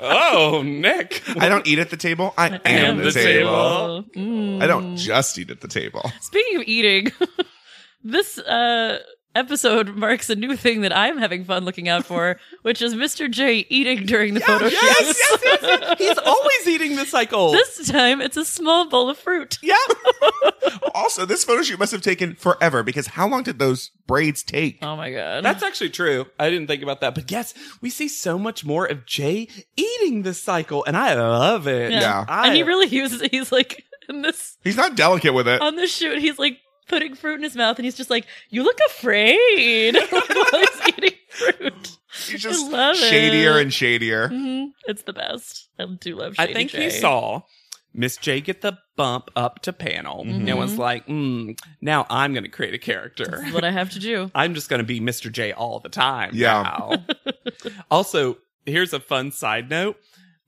oh, Nick,
I don't eat at the table. I am
am
the,
the
table.
table.
Mm.
I don't just eat at the table.
Speaking of eating, this uh, episode marks a new thing that I'm having fun looking out for, which is Mr. J eating during the photo shoot.
yes, yes, yes, yes. He's always eating the cycle.
This time it's a small bowl of fruit.
Yeah. also, this photo shoot must have taken forever because how long did those braids take?
Oh my god.
That's actually true. I didn't think about that. But yes, we see so much more of Jay eating this cycle, and I love it.
Yeah.
Yeah.
I,
and he really uses it. He's like in this
He's not delicate with it.
on this shoot, he's like putting fruit in his mouth and he's just like, You look afraid while he's eating fruit.
He's just
love it.
shadier and shadier.
Mhm. It's the best. I do love
I
Shady
think
J.
he saw Miss J get the bump up to panel
Mm-hmm.
and was like, mm, now I'm going to create a character.
This is what I have to do.
I'm just going to be Mr. J all the time.
Yeah.
now." also, here's a fun side note.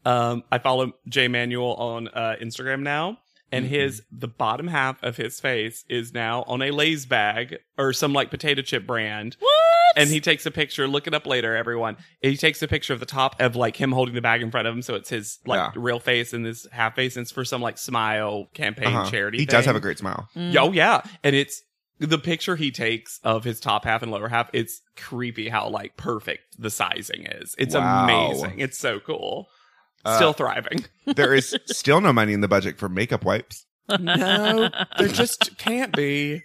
Um, I follow Jay Manuel on uh, Instagram now, and
Mm-hmm.
his the bottom half of his face is now on a Lay's bag or some like potato chip brand.
What?
And he takes a picture. Look it up later, everyone. He takes a picture of the top of like him holding the bag in front of him, so it's his like
Yeah.
real face and this half face. And it's for some like smile campaign
Uh-huh.
charity.
He does
thing.
have a great smile.
Yeah, Oh yeah, and it's the picture he takes of his top half and lower half. It's creepy how like perfect the sizing is. It's
Wow.
amazing. It's so cool.
Uh,
Still thriving.
There is still no money in the budget for makeup wipes.
No, there just can't be.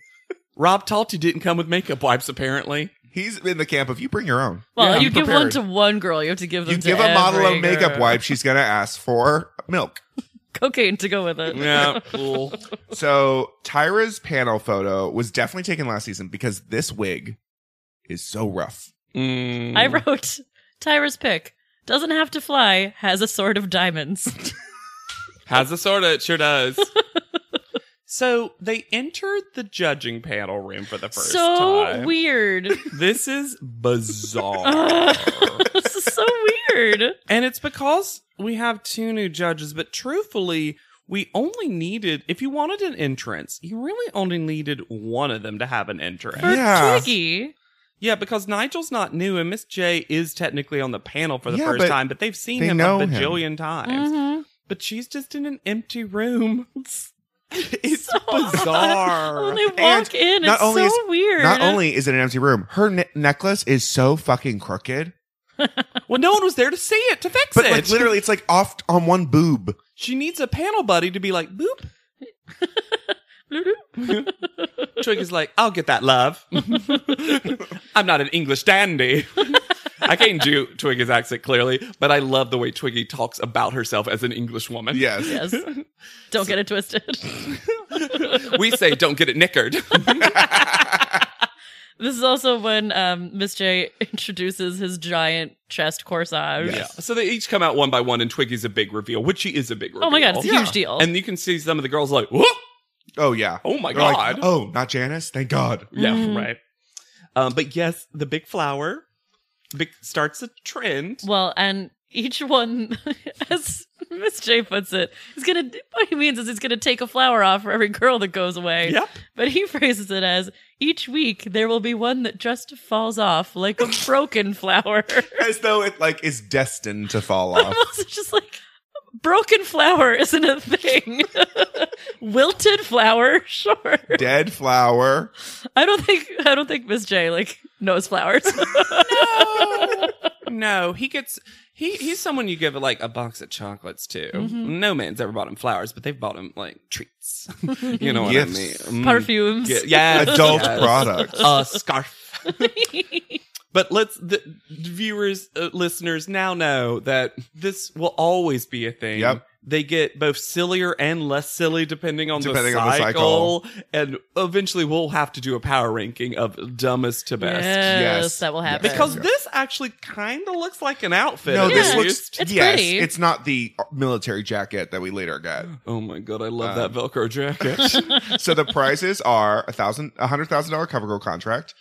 Rob Talty didn't come with makeup wipes apparently.
He's in the camp of you bring your own.
Well,
Yeah,
you
I'm
give one
prepared.
to one girl, you have to give them
You
to
give a model
every
a makeup
girl.
wipe, she's going to ask for milk.
Cocaine to go with it.
Yeah, cool.
So Tyra's panel photo was definitely taken last season because this wig is so rough.
Mm.
I wrote Tyra's pick. Doesn't have to fly, has a sword of diamonds.
Has a sword. It sure does. so they entered the judging panel room for the first
so
time.
weird.
this is bizarre.
Ugh. this is so weird.
And it's because we have two new judges, but truthfully, we only needed, if you wanted an entrance, you really only needed one of them to have an entrance.
For
Yeah.
Twiggy.
Yeah, because Nigel's not new and Miss J is technically on the panel for the
Yeah,
first
but
time, but they've seen
they
him a
know him.
bajillion times.
Mhm.
But she's just in an empty room. It's, it's
So odd.
bizarre.
When they
And
walk in,
not
it's
only
so
is-
weird.
Not only is it an empty room, her ne- necklace is so fucking crooked.
well, no one was there to see it, to fix
But
it.
like literally, it's like off on one boob.
She needs a panel buddy to be like, boop. Twig is like, I'll get that love. I'm not an English dandy. I can't do Twiggy's accent clearly, but I love the way Twiggy talks about herself as an English woman.
Yes.
Yes. Don't get it twisted.
we say, don't get it nickered.
This is also when um, Miss J introduces his giant chest corsage.
Yeah. So they each come out one by one, and Twiggy's a big reveal, which she is a big reveal.
Oh my God, it's a huge
Yeah.
deal.
And you can see some of the girls like, whoop.
Oh yeah.
Oh my
They're like,
God.
oh, not Janice. Thank God.
Yeah,
Mm.
right. Um, but yes, the big flower big, starts a trend.
Well, and each one, as Miss J puts it, is gonna. What he means is he's gonna take a flower off for every girl that goes away.
Yep.
But he phrases it as each week there will be one that just falls off like a broken flower.
As though it like is destined to fall off.
it's just like broken flower isn't a thing. Wilted flower, sure.
Dead flower.
I don't think I don't think Miss J like knows flowers.
no, he gets he he's someone you give like a box of chocolates to. No man's ever bought him flowers, but they've bought him like treats. you know what I
Gifts.
mean? Mm.
Perfumes.
Ge- yes,
Adult
yes.
products.
A scarf. But let's the viewers, uh, listeners now know that this will always be a thing.
Yep.
They get both sillier and less silly depending on,
Depending
the,
on the
cycle,
cycle.
and eventually we'll have to do a power ranking of dumbest to best.
Yes,
Yes.
that will happen.
Because
Yeah.
this actually kind of looks like an outfit.
No,
at
this
Yeah.
looks.
least.
It's
yes,
pretty.
it's not the uh, military jacket that we later got.
Oh my god, I love that Velcro jacket.
so the prizes are a thousand, a hundred thousand dollar CoverGirl contract,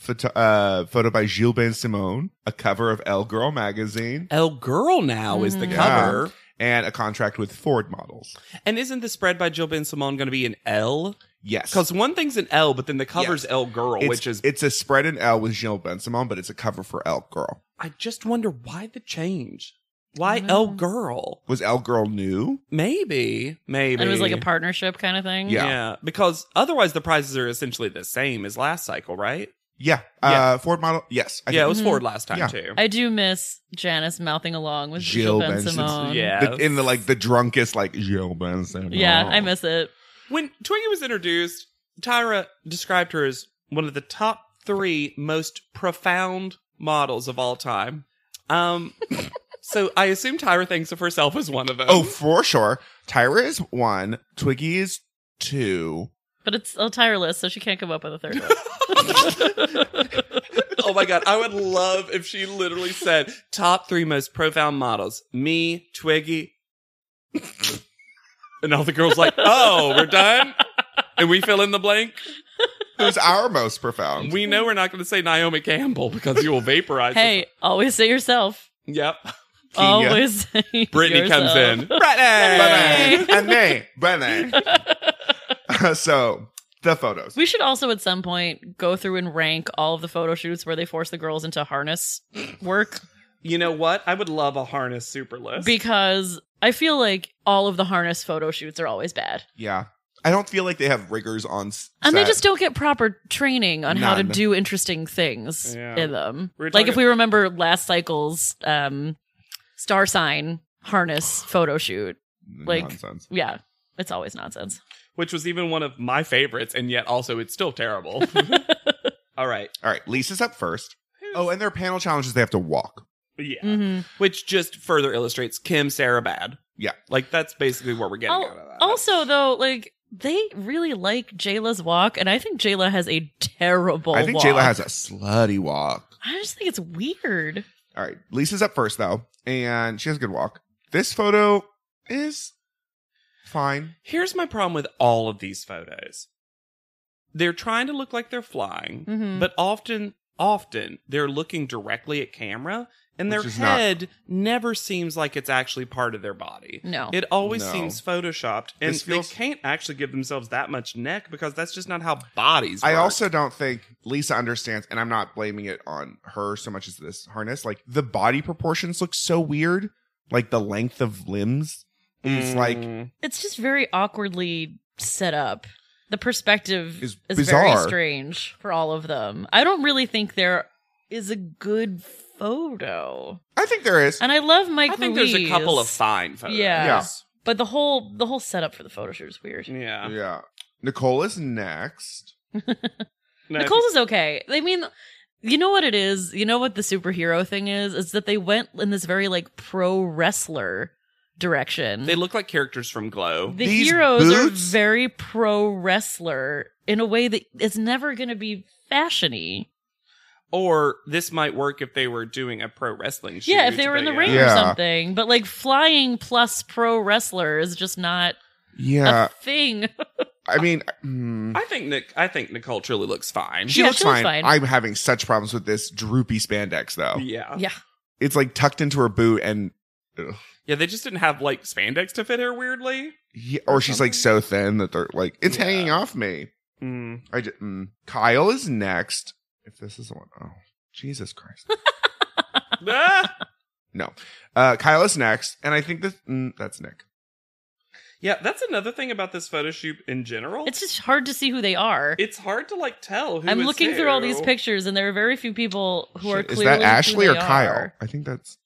photo, uh, photo by Gilles Ben Simone, a cover of Elle Girl magazine,
El Girl now is the
Yeah.
cover.
and a contract with Ford models.
And isn't the spread by Jill Ben Simone going to be an L?
Yes,
Because one thing's an L, but then the cover's
Yes.
El Girl,
it's,
which is.
it's a spread in L with Gilles Ben Simone, but it's a cover for Elle Girl.
I just wonder why the change? Why
Mm.
El Girl?
Was Elle Girl new?
Maybe. Maybe.
And it was like a partnership kind of thing.
Yeah.
Because otherwise the prizes are essentially the same as last cycle, right?
Yeah,
Yeah.
Uh, Ford model. Yes, I
yeah, it
think-
was
Mhm.
Ford last time,
Yeah.
too.
I do miss Janice mouthing along with
Jill
Jill, Ben
Benson.
Simone.
Yeah.
the- in the like the drunkest like Gilles Ben Simone.
Yeah, I miss it.
When Twiggy was introduced, Tyra described her as one of the top three most profound models of all time. Um, so I assume Tyra thinks of herself as one of them.
Oh, for sure. Tyra is one. Twiggy is two.
But it's a tire list, so she can't come up with a third one.
oh my god! I would love if she literally said top three most profound models: me, Twiggy, and all the girls like, "Oh, we're done," and we fill in the blank.
Who's our most profound?
We know we're not going to say Naomi Campbell because you will vaporize. us
hey, always say yourself.
Yep.
Always.
Brittany comes in.
Brennan. And me, Brennan. Uh, so the photos.
We should also at some point go through and rank all of the photo shoots where they force the girls into harness work
You know what? I would love a harness super list.
because I feel like all of the harness photo shoots are always bad.
Yeah. I don't feel like they have riggers on. s-
And they
set.
just don't get proper training on how to
None.
do interesting things
Yeah.
in them.
We were
like if we
talking-
remember last cycle's um star sign harness photo shoot. like-
Mm, nonsense.
Yeah. It's always nonsense.
which was even one of my favorites, and yet also it's still terrible. All right.
All right, Lisa's up first. Oh, and their panel challenges they have to walk.
Yeah.
Mm-hmm.
Which just further illustrates Kim Sarah bad.
Yeah.
Like that's basically what we're getting
Al-
out of that.
Also, though, like they really like Jayla's walk, and I think Jayla has a terrible.
I think
walk.
Jayla has a slutty walk.
I just think it's weird.
All right, Lisa's up first though, and she has a good walk. This photo is fine.
Here's my problem with all of these photos. They're trying to look like they're flying,
Mhm.
but often, often they're looking directly at camera, and
Which
their
is not-
head never seems like it's actually part of their body.
No.
It always
No.
seems photoshopped, and
This feels-
they can't actually give themselves that much neck because that's just not how bodies.
I
work.
also don't think Lisa understands, and I'm not blaming it on her so much as this harness. Like the body proportions look so weird, like the length of limbs is like
Mm.
It's just very awkwardly set up. The perspective
Is
is,
bizarre.
very strange for all of them. I don't really think there is a good photo,
I think there is.
and I love Mike.
I think there's a
Ruiz,
couple of fine photos.
Yeah. but the whole the whole setup for the photo shoot is weird.
yeah.
Yeah, Nicole is next.
No,
Nicole's is okay. I mean, you know what it is? You know what the superhero thing is? Is that they went in this very like pro wrestler direction.
They look like characters from Glow.
the
These
heroes
boots?
are very pro wrestler in a way that is never going to be fashiony.
Or this might work if they were doing a pro wrestling shoot.
yeah, if they were in
but
the ring
Yeah.
or something. But like flying plus pro wrestler is just not
Yeah,
a thing.
Uh, I mean, mm,
I think Nick. I think Nicole truly looks fine.
she
Uh, Yeah,
looks
she looks
fine.
fine.
I'm having such problems with this droopy spandex
Oh.
though.
yeah,
yeah.
It's like tucked into her boot, and
yeah. They just didn't have like spandex to fit her weirdly.
he, or she's like so thin that they're like it's
Yeah.
hanging off me.
Hmm.
Mm.
I just, mm. Kyle is next. If this is the one, oh Jesus Christ!
Ah!
Uh, Kyle is next, and I think that mm, that's Nick.
Yeah, that's another thing about this photo shoot in general.
It's just hard to see who they are.
it's hard to like tell. Who
I'm
is
looking through all
who.
these pictures, and there are very few people who are
Shit, is
clearly.
that Ashley
who
or
they
Kyle?
are.
I think that's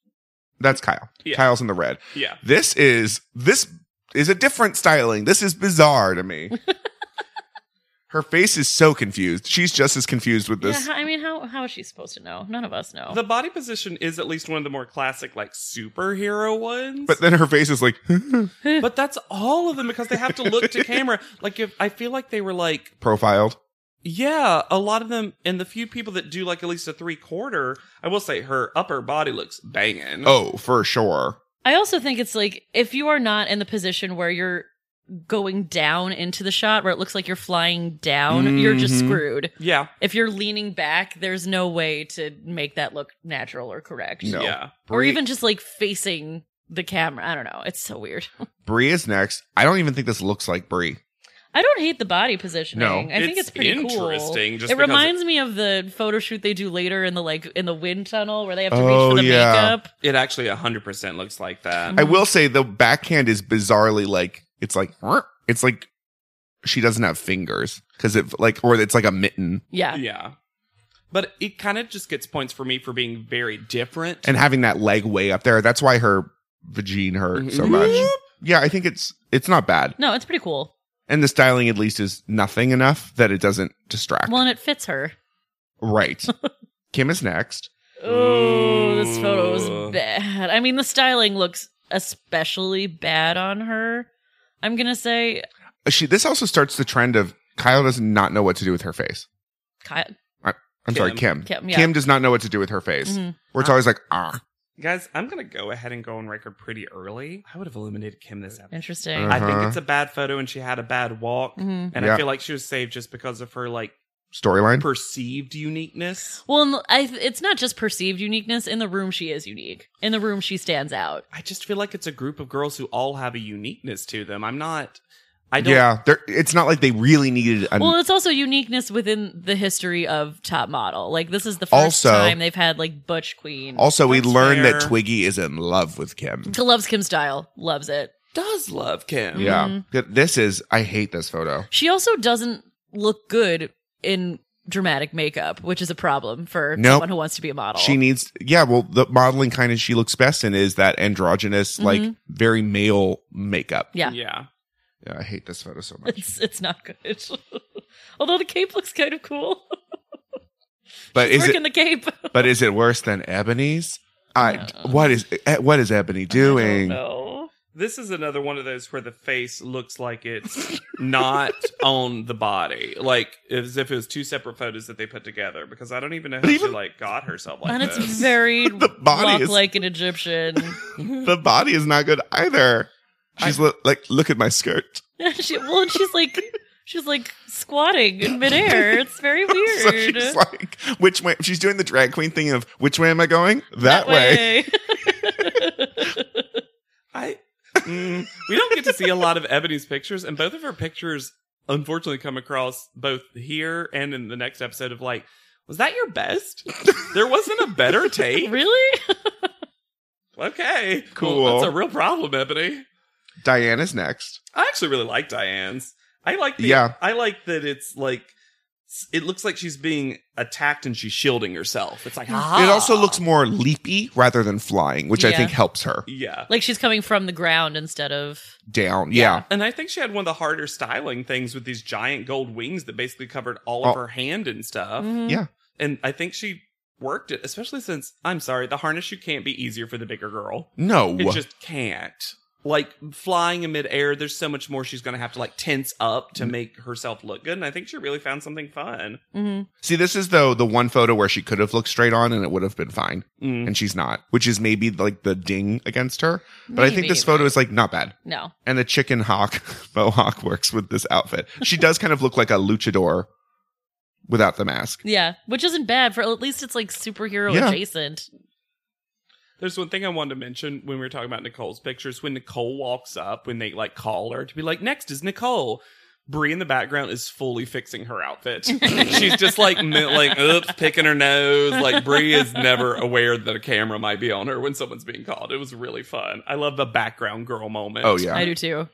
that's Kyle.
Yeah.
Kyle's in the red.
Yeah,
This is this is a different styling. This is bizarre to me. Her face is so confused. She's just as confused with this.
Yeah, I mean, how how is she supposed to know? None of us know.
the body position is at least one of the more classic like superhero ones.
But then her face is like,
but that's all of them because they have to look to camera. Like if I feel like they were like
profiled.
Yeah, a lot of them, and the few people that do like at least a three quarter, I will say her upper body looks banging.
Oh, for sure.
I also think it's like if you are not in the position where you're going down into the shot where it looks like you're flying down, you're just
Mhm.
Mm-hmm.
screwed.
yeah,
If you're leaning back, there's no way to make that look natural or correct.
No.
yeah.
Or even just like facing the camera. I don't know. It's so weird.
Bree is next. I don't even think this looks like Bree.
I don't hate the body positioning.
No.
I think it's pretty cool.
interesting. Just
it
because
reminds me of the photo shoot they do later in the like in the wind tunnel where they have to
Oh,
reach for the
yeah.
makeup.
it, it actually hundred percent looks like that.
I will say the backhand is bizarrely like it's like it's like she doesn't have fingers because it like or it's like a mitten
Yeah.
yeah, but it kind of just gets points for me for being very different.
and having that leg way up there. That's why her vagina hurt
Mm-hmm.
so much. Yeah, I think it's it's not bad.
No, it's pretty cool.
And the styling at least is nothing enough that it doesn't distract.
Well, and it fits her.
right. Kim is next.
Oh, this photo
Ooh.
is bad. I mean, the styling looks especially bad on her. I'm gonna say,
Uh, She this also starts the trend of Kyle does not know what to do with her face.
Ki-
I'm sorry, Kim.
Kim.
Kim, yeah.
Kim does not know what to do with her face.
Mhm.
Where it's always like, ah.
Guys, I'm gonna go ahead and go on record pretty early. I would have eliminated Kim this episode.
interesting.
Uh,
I
Uh-huh.
think it's a bad photo, and she had a bad walk,
Mhm.
and
Yeah.
I feel like she was saved just because of her like
storyline.
Perceived uniqueness.
Well, and I, it's not just perceived uniqueness. In the room, she is unique. In the room, she stands out.
I just feel like it's a group of girls who all have a uniqueness to them. I'm not. I don't.
Yeah, they're- it's not like they really needed. An,
Well, it's also uniqueness within the history of Top Model. Like this is the first
Also-
time they've had like Butch Queen.
also, we
that's
learned that
fair.
Twiggy is in love with Kim.
loves Kim Style, loves it.
Does love Kim?
Yeah, Th- this is. I hate this photo.
She also doesn't look good in dramatic makeup, which is a problem for
Nope.
someone who wants to be a model.
She needs, yeah. Well, the modeling kind of she looks best in is that androgynous, like
Mhm.
very male makeup.
yeah.
Mm-hmm. Yeah.
Yeah, I hate this photo so much.
It's it's not good. Although the cape looks kind of cool.
But is it?
Working the cape.
But is it worse than Ebony's? I
No.
what is eh, what is Ebony doing?
No.
This is another one of those where the face looks like it's not on the body, like as if it was two separate photos that they put together. Because I don't even know how
But even-
she like got herself like
And it's
this.
very
body
walk
is-
like an Egyptian.
The body is not good either. She's lo- like, look at my skirt.
she, well, and she's like, she's like squatting in midair. It's very
So
weird.
she's like, which way? She's doing the drag queen thing of which way am I going? That, way.
I mm, we don't get to see a lot of Ebony's pictures, and both of her pictures unfortunately come across both here and in the next episode of like, was that your best? there wasn't a better take.
really?
Okay,
Cool.
Well, that's a real problem, Ebony.
Diana's next.
I actually really like Diane's. I like the,
Yeah.
I like that it's like s- it looks like she's being attacked and she's shielding herself. It's like ah.
It also looks more leapy rather than flying, which I
Yeah.
think helps her
yeah.
Like she's coming from the ground instead of.
down. Yeah.
And I think she had one of the harder styling things with these giant gold wings that basically covered all
Oh.
of her hand and stuff.
Mhm.
Yeah.
And I think she worked it, especially since I'm sorry, the harness shoe can't be easier for the bigger girl.
No.
It just can't. Like flying in midair, there's so much more she's gonna have to like tense up
Mm.
to make herself look good. And I think she really found something fun.
Mhm.
See, this is though the one photo where she could have looked straight on and it would have been fine,
Mm.
and she's not, which is maybe like the ding against her. But I think
Maybe,
this photo is like not bad.
No.
And the chicken hawk mohawk works with this outfit. She does kind of look like a luchador without the mask.
Yeah, which isn't bad for at least it's like superhero
Yeah.
adjacent.
There's one thing I wanted to mention when we were talking about Nicole's pictures. When Nicole walks up, when they like call her to be like, next is Nicole. Brie in the background is fully fixing her outfit. She's just like, mi- like, oops, picking her nose. Like Brie is never aware that a camera might be on her when someone's being called. It was really fun. I love the background girl moment.
Oh yeah.
I do too.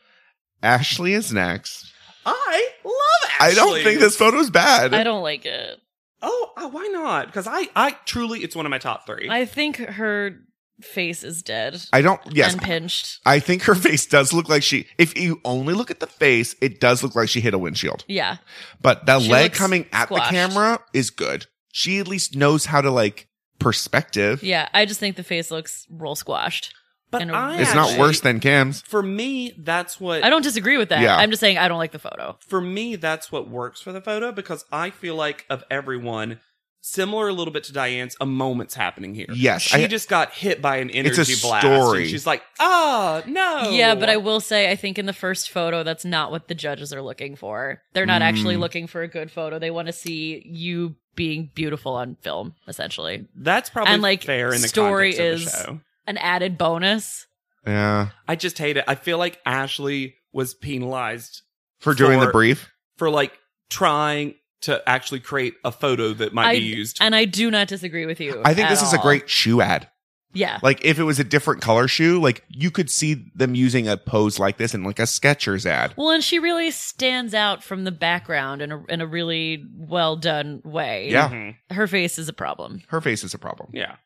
Ashley is next.
I love.
I
Ashley.
don't think this photo's bad.
I don't like it.
Oh, uh, why not? Because I, I truly, it's one of my top three.
I think her face is dead
I don't yes.
and pinched.
I think her face does look like she if you only look at the face, it does look like she hit a windshield.
Yeah.
But the
She
leg
looks
coming at
squashed.
the camera is good. She at least knows how to like perspective.
Yeah. I just think the face looks roll squashed.
but
and a-
I
It's not
actually-
worse than Cam's.
for me. That's what
I don't disagree with that.
Yeah.
I'm just saying I don't like the photo.
for me, that's what works for the photo because I feel like of everyone, similar a little bit to Diane's, a moment's happening here.
Yes,
she
I-
just got hit by an energy
a
blast.
story.
And she's like, oh no.
Yeah, but I will say I think in the first photo that's not what the judges are looking for. They're not actually
Mm.
looking for a good photo. They want to see you being beautiful on film, essentially.
That's probably
And, like,
fair in the
story
context of
is-
the show.
An added bonus.
Yeah.
I just hate it. I feel like Ashley was penalized
For doing
For-
the brief.
for like trying to actually create a photo that might
I,
be used.
And I do not disagree with you.
I think
at
this is a
all.
great shoe ad.
Yeah.
Like if it was a different color shoe, like you could see them using a pose like this in like a Skechers ad.
Well, and she really stands out from the background in a in a really well done way.
Yeah.
Mhm.
Her face is a problem.
Her face is a problem.
Yeah.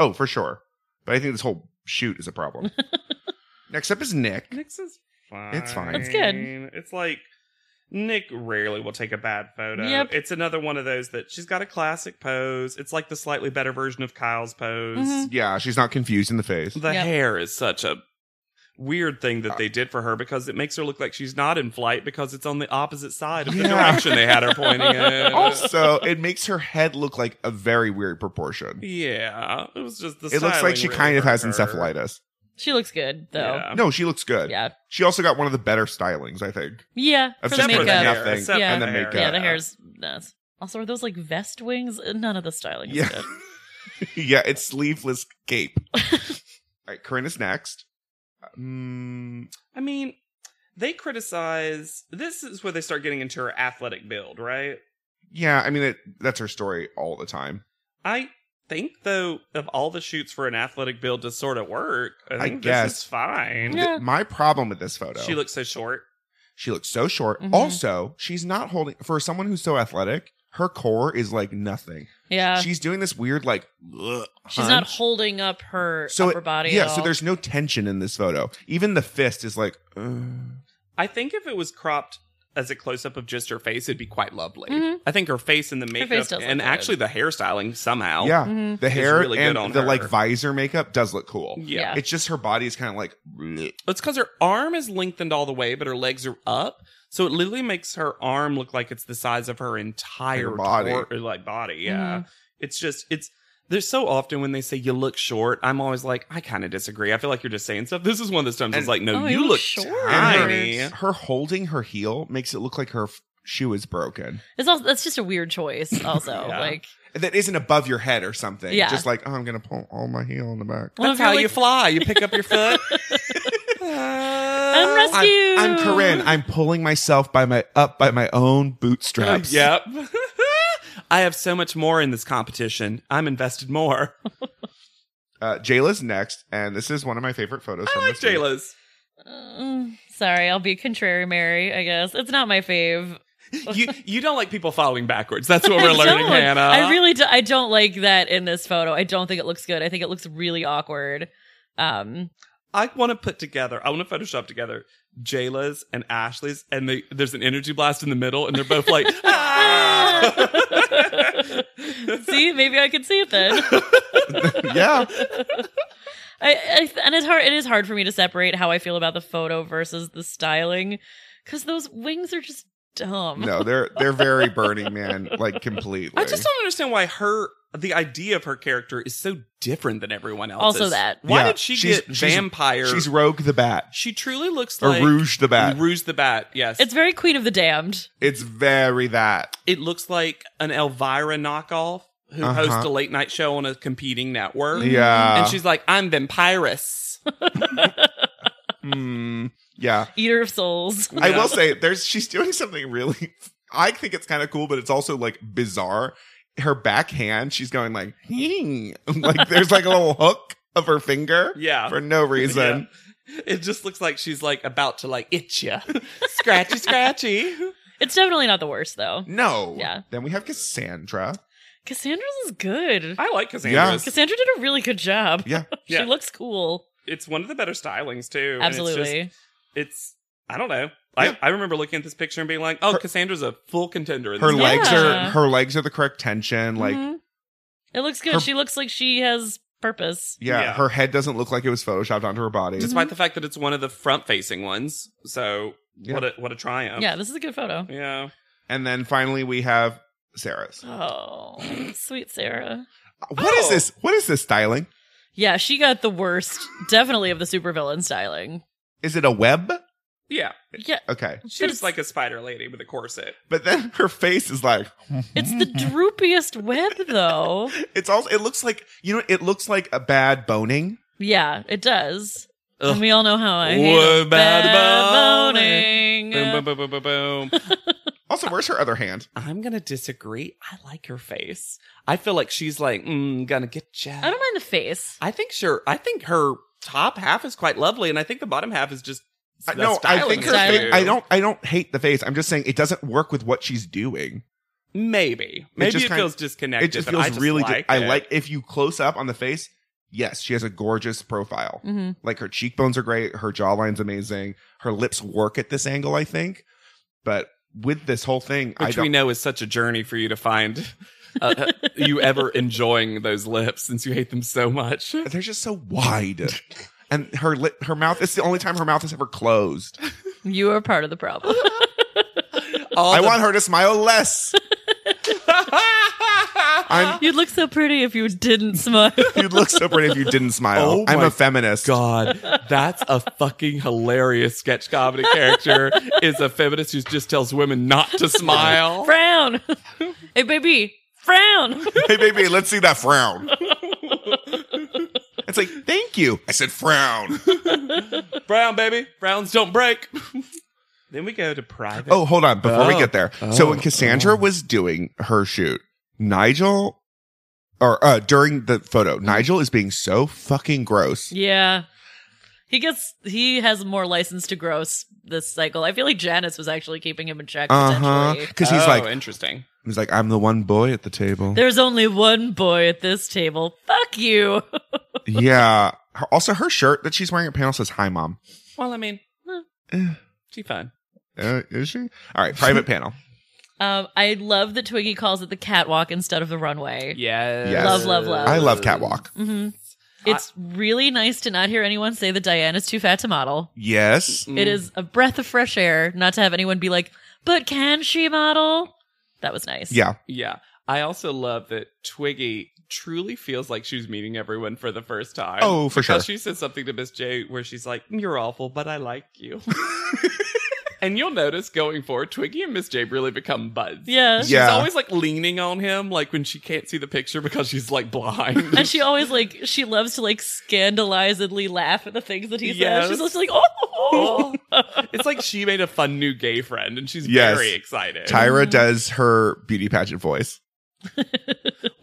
Oh, for sure. But I think this whole shoot is a problem. Next up is Nick.
Nick's is fine.
It's fine. It's
good.
It's like Nick rarely will take a bad photo.
Yep.
It's another one of those that she's got a classic pose. It's like the slightly better version of Kyle's pose.
Mhm.
Yeah, she's not confused in the face.
The
Yep.
hair is such a weird thing that
Uh,
they did for her because it makes her look like she's not in flight because it's on the opposite side of the
Yeah.
direction they had her pointing in.
Also, Uh, it makes her head look like a very weird proportion.
yeah, it was just the.
It looks like
styling
she
really
kind of
hurt
has
her. Um,
encephalitis.
She looks good though.
Yeah.
No, she looks
Yeah.
good.
Yeah.
She also got one of the better stylings, I think.
Yeah.
I've
for the
just heard
makeup.
that.
hair,
Nothing.
except
Yeah.
for
And the
hair.
makeup.
Yeah, the hair's nuts. Also, are those like vest wings? Uh, None of the styling is
Yeah.
good.
yeah, it's sleeveless cape. All right, Corinna's next. Um,
I mean, they criticize. This is where they start getting into her athletic build, right?
yeah, I mean, it, that's her story all the time.
I think though, of all the shoots for an athletic build to sort of work, I
I
think this
guess.
is fine.
Th-
Yeah.
my problem with this photo,
She Mm-hmm. looks so short.
she looks so short.
Mhm.
Also, she's not holding, for someone who's so athletic, her core is like nothing.
Yeah.
she's doing this weird, like, ugh,
Uh, She's not
hunch.
holding up her
So it-
upper body.
Yeah,
at
so
all.
there's no tension in this photo. Even the fist is like, uh, ugh.
I think if it was cropped as a close up of just her face, it'd be quite lovely.
Mhm.
I think her face and the makeup
face does look
and
good.
actually the hairstyling somehow.
yeah,
Mhm.
the
It's
hair
really good
and
on
the
her.
like visor makeup does look cool.
Yeah.
Yeah.
It's just her body is kind of like, bleh.
It's because her arm is lengthened all the way, but her legs are up. So it literally makes her arm look like it's the size of her entire
Her body.
tor- or, like body. Yeah.
Mm-hmm.
It's just, it's, there's so often when they say you look short, I'm always like, I kind of disagree. I feel like you're just saying stuff. This is one of those times I was
And-
like, no,
Oh,
you,
you look
look
short.
tiny.
And her holding her heel makes it look like her f- shoe is broken.
It's also that's just a weird choice. Also,
Yeah.
like
That isn't above your head or something.
Yeah.
Just like, oh, I'm going to pull all my heel in the back.
one
That's
of your,
how you
like,
fly. You pick up your foot.
I'm
I'm
rescued.
I'm Corinne. I'm pulling myself by my up by my own bootstraps.
Yep. I have so much more in this competition. I'm invested more.
Uh, Jayla's next, and this is one of my favorite photos.
I
from
like
this week.
Jayla's.
Mm, sorry, I'll be contrary, Mary. I guess it's not my fave.
You you don't like people following backwards. That's what we're
I
learning,
don't.
Hannah.
I really do, I don't like that in this photo. I don't think it looks good. I think it looks really awkward. Um,
I want to put together. I want to Photoshop together Jayla's and Ashley's, and they, there's an energy blast in the middle, and they're both like. ah!
see, maybe I could see it then.
yeah.
I, I and it's hard. It is hard for me to separate how I feel about the photo versus the styling, because those wings are just dumb.
No, they're they're very Burning Man, like completely.
I just don't understand why her the idea of her character is so different than everyone else.
Also that.
why
Yeah,
did she
she's-
get
she's-
vampire?
She's Rogue the Bat
she truly looks
or
like
Rouge the Bat.
Rouge the Bat. Yes,
It's very Queen of the Damned.
It's very that.
it looks like an Elvira knockoff who
Uh-huh.
hosts a late night show on a competing network.
Yeah.
Mm, and she's like, I'm vampirus.
Mm, yeah.
Eater of Souls.
I
Yeah.
will say there's she's doing something really I think it's kind of cool, but it's also like bizarre. Her backhand, she's going like "Hmm." like there's like a little hook of her finger
Yeah.
for no reason.
Yeah. It just looks like she's like about to like itch ya. scratchy, scratchy.
It's definitely not the worst though.
No.
Yeah.
Then we have Cassandra.
Cassandra's is good.
I like
Yeah.
Cassandra's.
Cassandra did a really good job.
Yeah.
she
Yeah.
looks cool.
It's one of the better stylings too. and it's just-
Absolutely.
It's, I don't know.
Yeah.
I, I remember looking at this picture and being like, oh,
Her-
Cassandra's a full contender. In
Her
this.
leg-
legs
Yeah.
are her legs are the correct tension. Like
Mm-hmm.
Mhm. it looks good.
her-
she looks like she has purpose.
yeah,
Yeah.
her head doesn't look like it was photoshopped onto her body.
Despite the fact that it's one of the front facing ones. So what a what a triumph.
Yeah, this is a good photo.
Yeah.
And then finally we have Sarah's.
Oh, sweet Sarah.
What is
Oh.
this? What is this styling?
Yeah, she got the worst, definitely of the supervillain styling.
Is it a web?
Yeah.
Yeah,
Okay.
She
But
was
it's-
like a spider lady with a corset.
But then her face is like
it's the droopiest web though.
It's also it looks like you know it looks like a bad boning.
Yeah, it does.
Ugh.
And we all know how I
What
hate
about the
bad
boning?
boning.
Boom, boom, boom, boom, boom, boom.
Also, where's her other hand?
I'm gonna disagree. I like her face. I feel like she's like, mm, gonna get ya.
I don't mind the face.
I think sure. I think her top half is quite lovely, and I think the bottom half is just
I-
the
no, I
styling
think her.
is
Styling.
Face,
too.
I don't. I don't hate the face. I'm just saying it doesn't work with what she's doing.
Maybe maybe it,
just kinda-
feels disconnected.
it just
but
feels
I just
really. di-
Like
I
it.
like if you close up on the face. Yes, she has a gorgeous profile.
hmm
Like her cheekbones are great. Her jawline's amazing. Her lips work at this angle, I think. But with this whole thing, I
which we
don't.
know is such a journey for you to find. Uh, you ever enjoying those lips since you hate them so much?
They're just so wide, and her lip, her mouth. It's the only time her mouth is ever closed.
You are part of the problem.
All
I
Oh, the-
want her to smile less. I'm
You'd look so pretty if you didn't smile.
You'd look so pretty if you didn't smile.
Oh
I'm
my
a feminist.
God, that's a fucking hilarious sketch comedy character. Is a feminist who just tells women not to smile.
Frown. Hey, baby, frown.
hey, baby, let's see that frown. it's like, thank you. I said frown.
Brown, baby. Browns don't break. then we go to private.
Oh, hold on. Before we
Oh.
get there. so
Oh,
when Cassandra
oh.
was doing her shoot, Nigel, or uh, during the photo, Nigel is being so fucking gross.
yeah. He gets he has more license to gross this cycle. I feel like Janice was actually keeping him in check
Uh huh.
potentially.
Because he's
Oh,
like,
interesting.
he's like, I'm the one boy at the table.
There's only one boy at this table. Fuck you.
yeah. Her- Also, her shirt that she's wearing at panel says, "Hi, mom."
Well, I mean,
Eh,
she fine.
uh, is she? All right. Private panel.
Um, I love that Twiggy calls it the catwalk instead of the runway.
Yes.
Yes.
Love, love, love.
I love catwalk.
hmm It's really nice to not hear anyone say that Diana's too fat to model.
Yes.
Mm.
It is a breath of fresh air not to have anyone be like, but can she model? That was nice.
Yeah.
Yeah. I also love that Twiggy truly feels like she's meeting everyone for the first time.
Oh, for
Because
sure.
She says something to Miss J where she's like, You're awful, but I like you. and you'll notice going forward, Twiggy and Miss J really become buds.
Yeah.
She's
Yeah.
always like leaning on him, like when she can't see the picture because she's like blind.
And she always like she loves to like scandalizedly laugh at the things that he
Yes.
says. She's just like, oh,
it's like she made a fun new gay friend and she's
Yes.
very excited.
Tyra does her beauty pageant voice.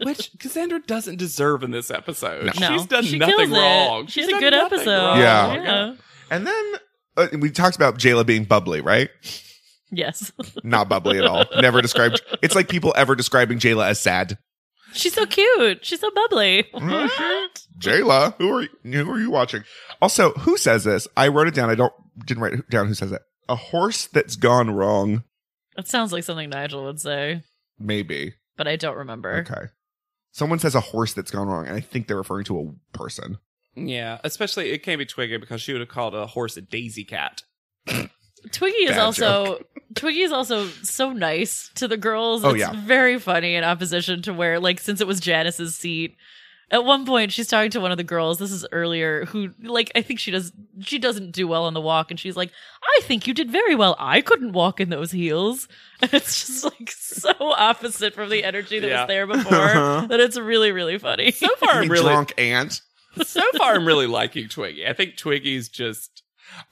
Which Cassandra doesn't deserve in this episode.
No.
No.
She's done
She
nothing
kills it.
wrong.
She
She's
had a
done
good
nothing
episode.
wrong.
Yeah. And then uh, we talked about Jayla being bubbly, right?
Yes.
Not bubbly at all. Never described. It's like people ever describing Jayla as sad.
She's so cute. She's so bubbly.
Mm-hmm.
What?
Jayla, who are you, who are you watching? Also, who says this? I wrote it down. I don't didn't write it down who says it. A horse that's gone wrong,
that sounds like something Nigel would say,
maybe.
but I don't remember.
Okay. Someone says a horse that's gone wrong, and I think they're referring to a person.
Yeah, especially it can't be Twiggy because she would have called a horse a daisy cat.
Twiggy is
Bad
also Twiggy is also so nice to the girls.
Oh,
it's
yeah.
very funny in opposition to where like since it was Janice's seat. At one point she's talking to one of the girls, this is earlier, who like I think she does she doesn't do well on the walk and she's like, "I think you did very well. I couldn't walk in those heels." And it's just like so opposite from the energy that
Yeah.
was there
Uh-huh.
before that it's really really funny.
So far,
You
I'm really,
drunk aunt.
so far, I'm really liking Twiggy. I think Twiggy's just,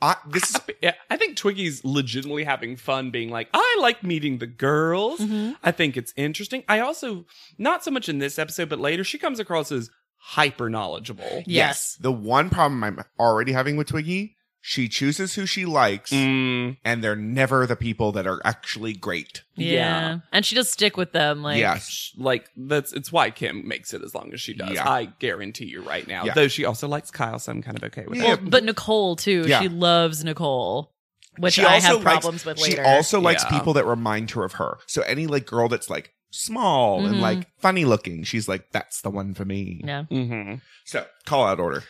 I, this is
yeah, I think Twiggy's legitimately having fun, being like, I like meeting the girls.
Mhm.
I think it's interesting. I also, not so much in this episode, but later, she comes across as hyper knowledgeable.
Yes.
the one problem I'm already having with Twiggy. She chooses who she likes,
Mm,
and they're never the people that are actually great.
Yeah.
Yeah.
And she does stick with them like
yes.
like that's it's why Kim makes it as long as she does.
Yeah.
I guarantee you right now.
Yeah.
Though she also likes Kyle, so I'm kind of okay with
Yeah.
that.
Well, but Nicole too.
Yeah.
She loves Nicole, which
She
I
also
have
likes-
problems with later.
She also likes
Yeah.
people that remind her of her. So any like girl that's like small and
Mhm.
like funny looking, she's like, that's the one for me.
yeah.
Mm-hmm.
So call out order.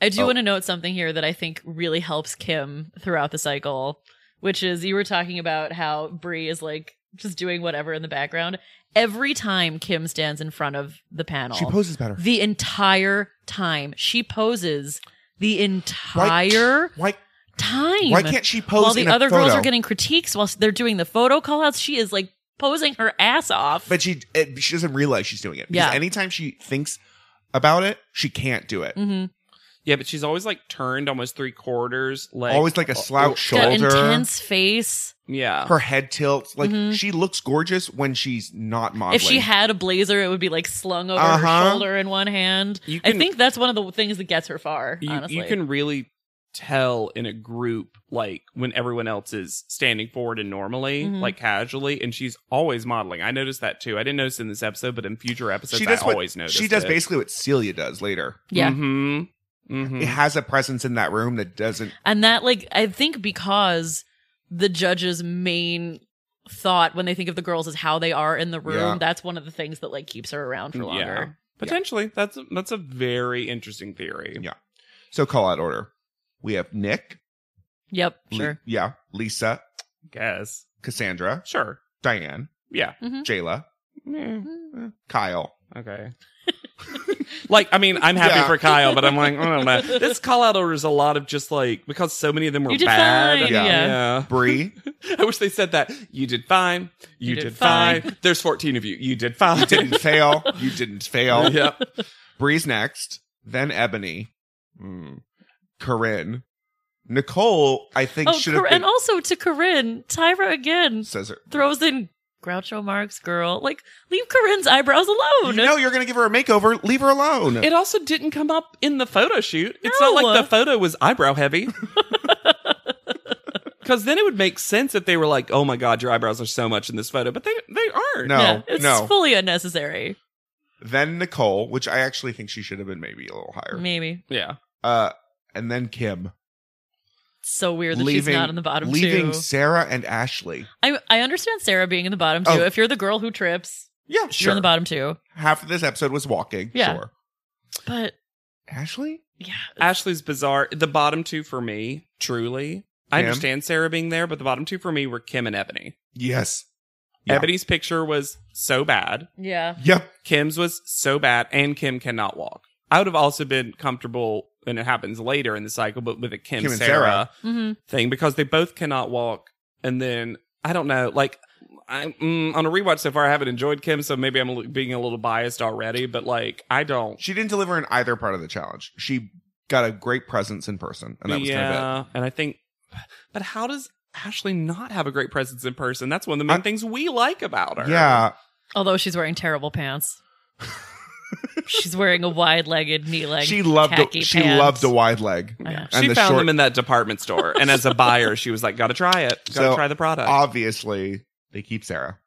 I do
Oh.
want to note something here that I think really helps Kim throughout the cycle, which is you were talking about how Bree is like just doing whatever in the background. Every time Kim stands in front of the panel,
She poses better.
the entire time she poses the entire
Why
time.
why can't she pose
while the
in a
other
photo?
girls are getting critiques while they're doing the photo call outs, she is like posing her ass off.
But she it, she doesn't realize she's doing it. Because
Yeah.
anytime she thinks about it, she can't do it.
mm-hmm.
Yeah, but she's always like turned almost three quarters, like uh, oh,
Always like a slouch
Got an
shoulder.
intense face.
Yeah,
Her head tilts. Like
Mhm.
she looks gorgeous when she's not modeling.
If she had a blazer, it would be like slung over
Uh-huh.
her shoulder in one hand.
You
I think that's one of the things that gets her far.
you,
honestly,
you can really tell in a group, like when everyone else is standing forward and normally,
Mhm.
like casually, and she's always modeling. I noticed that too. I didn't notice in this episode, but in future episodes,
She does
I
what-
always notice.
she does basically what Celia does later.
yeah.
hmm hmm
It has a presence in that room that doesn't
And that, like, I think because the judge's main thought when they think of the girls is how they are in the room.
Yeah.
That's one of the things that like keeps her around for
Yeah.
longer.
Potentially, that's a, that's a very interesting theory.
Yeah. So call out order. We have Nick.
Yep,
Li-
sure.
yeah. Lisa,
Guess
Cassandra,
sure.
Diane,
Yeah.
Mm-hmm.
Jayla,
Mm,
Kyle.
Okay. Like, I mean, I'm happy
Yeah.
for Kyle, but I'm like, I don't know. This call out order is a lot of just like because so many of them were
You did
bad.
fine,
Yeah.
yeah.
Bree,
I wish they said that. You did fine. You, did, fine. There's 14 of you. You did fine.
didn't fail. You didn't fail.
yep.
Bree's next, then Ebony, mm. Corinne, Nicole. I think
Oh,
should
Cor-
have been
and also to Corinne, Tyra again
says her.
throws in Groucho Marx girl. Like, leave Corinne's eyebrows alone.
You know you're gonna give her a makeover. Leave her alone.
It also didn't come up in the photo shoot. It's
No.
not like the photo was eyebrow heavy. Because then it would make sense if they were like, "Oh my god, your eyebrows are so much in this photo," but they they aren't.
No,
Yeah, it's
no.
fully unnecessary.
then Nicole, which I actually think she should have been maybe a little higher.
Maybe.
Yeah.
Uh, and then Kim,
It's so weird that
leaving
she's not in the bottom
leaving
two.
Sarah and Ashley.
I, I understand Sarah being in the bottom two.
Oh.
If you're the girl who trips,
Yeah,
you're
sure.
in the bottom two.
Half of this episode was walking.
Yeah.
Sure.
But
Ashley,
yeah,
Ashley's bizarre. The bottom two for me, truly. I
Kim?
understand Sarah being there, but the bottom two for me were Kim and Ebony.
yes, Yeah.
Ebony's picture was so bad.
yeah.
yep.
Kim's was so bad, and Kim cannot walk. I would have also been comfortable, and it happens later in the cycle, but with a Kim,
Kim and
Sarah,
Sarah.
hmm
thing because they both cannot walk. And then I don't know, like I mm, on a rewatch so far, I haven't enjoyed Kim, so maybe I'm a li- being a little biased already. But like, I don't.
She didn't deliver in either part of the challenge. She got a great presence in person, and that was kind of it.
yeah, and I think, but how does Ashley not have a great presence in person? That's one of the main
I-
things we like about her.
Yeah,
Although she's wearing terrible pants. she's wearing a wide-legged, knee-legged.
she loved
khaki
a, she
pants.
loved a wide leg.
Yeah.
And
she
the
found
short-
them in that department store, and as a buyer, she was like, "Gotta try it. Gotta
So,
try the product."
Obviously, they keep Sarah,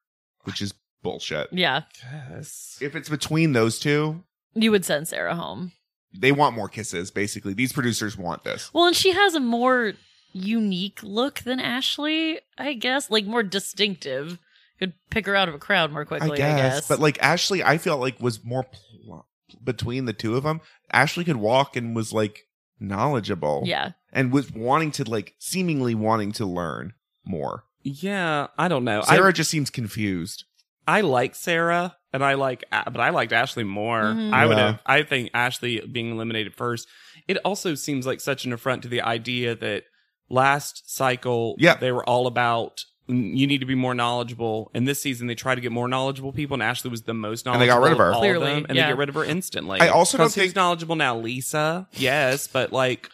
which is bullshit.
Yeah,
yes.
If it's between those two,
you would send Sarah home.
they want more kisses. Basically, these producers want this.
Well, and she has a more unique look than Ashley, I guess, like more distinctive. Could pick her out of a crowd more quickly, I guess.
but like Ashley, I felt like was more pl- between the two of them. Ashley could walk and was like knowledgeable,
yeah,
and was wanting to like seemingly wanting to learn more.
Yeah, I don't know. I-
Sarah just seems confused.
I like Sarah and I like, but I liked Ashley more.
Mhm.
I would
Yeah.
have, I think Ashley being eliminated first. It also seems like such an affront to the idea that last cycle,
Yeah.
they were all about mm, you need to be more knowledgeable. And this season, they tried to get more knowledgeable people, and Ashley was the most
And
knowledgeable.
they got rid of her.
all
Clearly,
them, and
yeah.
they get rid of her instantly.
I also don't
'Cause who's
think-
knowledgeable now, Lisa. Yes, but like,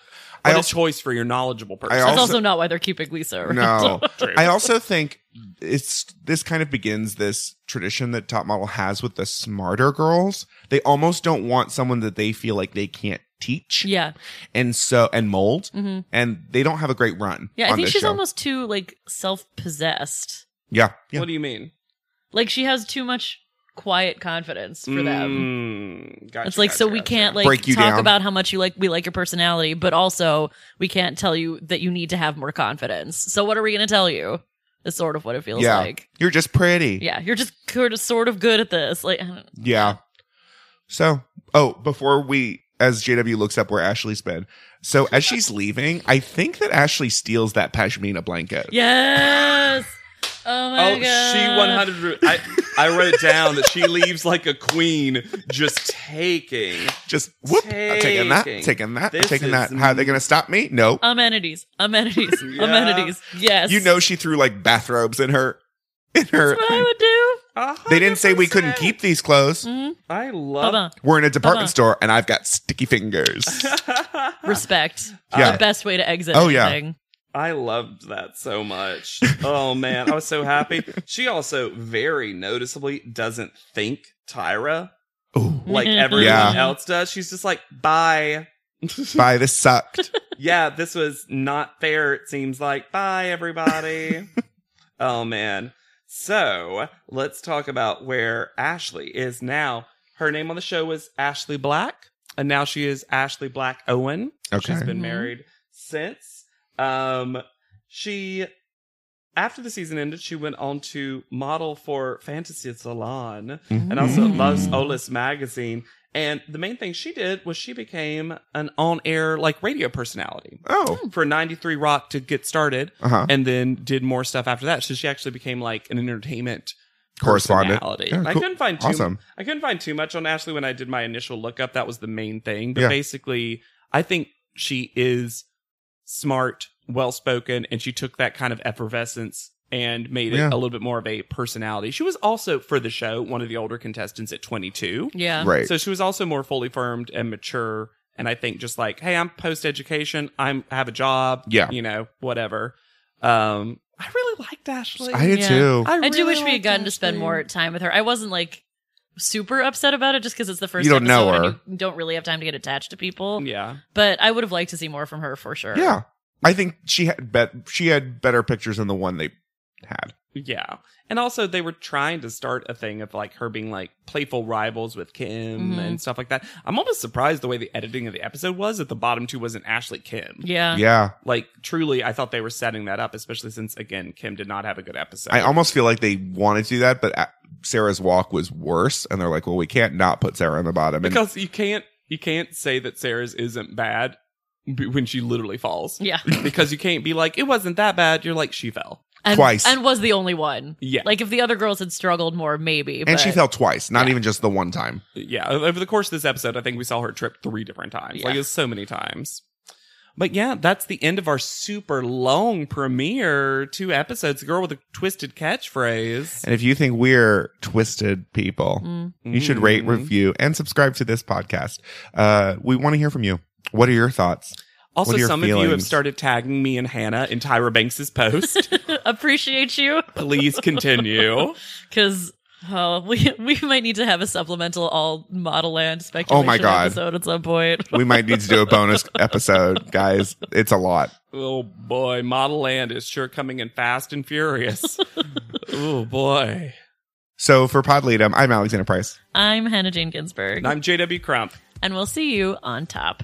I
what
also-
a choice for your knowledgeable person.
I
that's
also-
also not why they're keeping Lisa. Around.
No,
True.
I also think it's this kind of begins this tradition that Top Model has with the smarter girls. They almost don't want someone that they feel like they can't teach,
Yeah,
and so and mold,
Mhm.
and they don't have a great run.
yeah. I
on
think
this
she's
show.
almost too like self-possessed.
yeah, yeah.
what do you mean?
Like she has too much quiet confidence for them.
Mm, gotcha,
It's like so
gotcha,
we
gotcha.
can't like
Break you
talk
down.
about how much you like we like your personality, but also we can't tell you that you need to have more confidence. So what are we going to tell you? Is sort of what it feels
Yeah.
like.
You're just pretty.
Yeah, you're just sort of sort of good at this. Like I don't-
Yeah. So, oh, before we, as JW looks up where Ashley's been, so as she's leaving, I think that Ashley steals that pashmina blanket.
yes. Oh my
oh,
god.
she 100. ru- I, I wrote it down that she leaves like a queen, just taking.
Just whoop, I'm taking that,
Taking.
taking that,
This
taking
is
that. How are they going to stop me? No.
Amenities, amenities,
Yeah.
amenities. Yes.
You know, she threw like bathrobes in her, in her.
That's what I would do. Mm-hmm.
A
They didn't say we couldn't
100%.
keep these clothes.
I love.
Bubba,
We're in a department
Mm. Uh-huh.
store, and I've got sticky fingers.
respect.
Yeah.
The best way to exit.
Oh, yeah.
anything.
I loved that so much. Oh man, I was so happy. She also very noticeably doesn't think Tyra
Ooh,
like everyone
Yeah.
else does. She's just like, bye.
bye. This sucked.
yeah, this was not fair, it seems like. Bye, everybody. oh, man. So let's talk about where Ashley is now. Her name on the show was Ashley Black, and now she is Ashley Black Owen. She's
Okay.
been
Mhm.
married since. Um, she, after the season ended, she went on to model for Fantasy Salon and also loves Olis magazine. And the main thing she did was she became an on-air like radio personality
oh,
for 93 Rock to get started
uh huh.
and then did more stuff after that. So she actually became like an entertainment
correspondent.
personality.
Yeah,
I
cool.
couldn't find too
Awesome.
I couldn't find too much on Ashley when I did my initial look up. That was the main thing. But
Yeah.
basically, I think she is smart, well spoken, and she took that kind of effervescence and made it
Yeah.
a little bit more of a personality. She was also for the show one of the older contestants at 22.
Yeah.
Right.
So she was also more fully formed and mature. And I think just like, hey, I'm post education. I'm I have a job.
Yeah.
you know, whatever. Um, I really liked Ashley.
I did
Yeah.
too.
I, do
really
wish we had
liked
gotten to spend
Ashley.
more time with her. I wasn't like super upset about it just because it's the first
You don't know
episode and
her.
you don't really have time to get attached to people.
Yeah.
But I would have liked to see more from her for sure.
yeah. I think she had bet she had better pictures than the one they had.
Yeah. And also they were trying to start a thing of like her being like playful rivals with Kim
Mhm.
and stuff like that. I'm almost surprised the way the editing of the episode was that the bottom two wasn't Ashley Kim.
Yeah.
yeah.
Like truly I thought they were setting that up especially since again Kim did not have a good episode.
I almost feel like they wanted to do that, but uh, Sarah's walk was worse, and they're like, "Well, we can't not put Sarah on the bottom." And
because you can't you can't say that Sarah's isn't bad b- when she literally falls.
Yeah.
because you can't be like it wasn't that bad. You're like she fell.
And,
Twice.
And was the only one.
Yeah.
Like if the other girls had struggled more, maybe.
and
but
she fell twice, not
Yeah.
even just the one time.
yeah o- over the course of this episode i think we saw her trip three different times like
Yeah.
it's so many times but yeah that's the end of our super long premiere two episodes the girl with a twisted catchphrase
And if you think we're twisted people,
Mm.
you should rate,
Mm.
review, and subscribe to this podcast. Uh, we want to hear from you. What are your thoughts?
also
What are your
some of you have
feelings?
started tagging me and hannah in tyra banks's post
appreciate you
please continue
because oh, we we might need to have a supplemental all model land speculation
Oh my God.
episode at some point.
We might need to do a bonus episode, guys. It's a lot.
oh boy model land is sure coming in fast and furious oh boy
So for Podleadum, I'm Alexander Price.
I'm Hannah Jane Ginsburg,
and i'm jw crump
and we'll see you on top.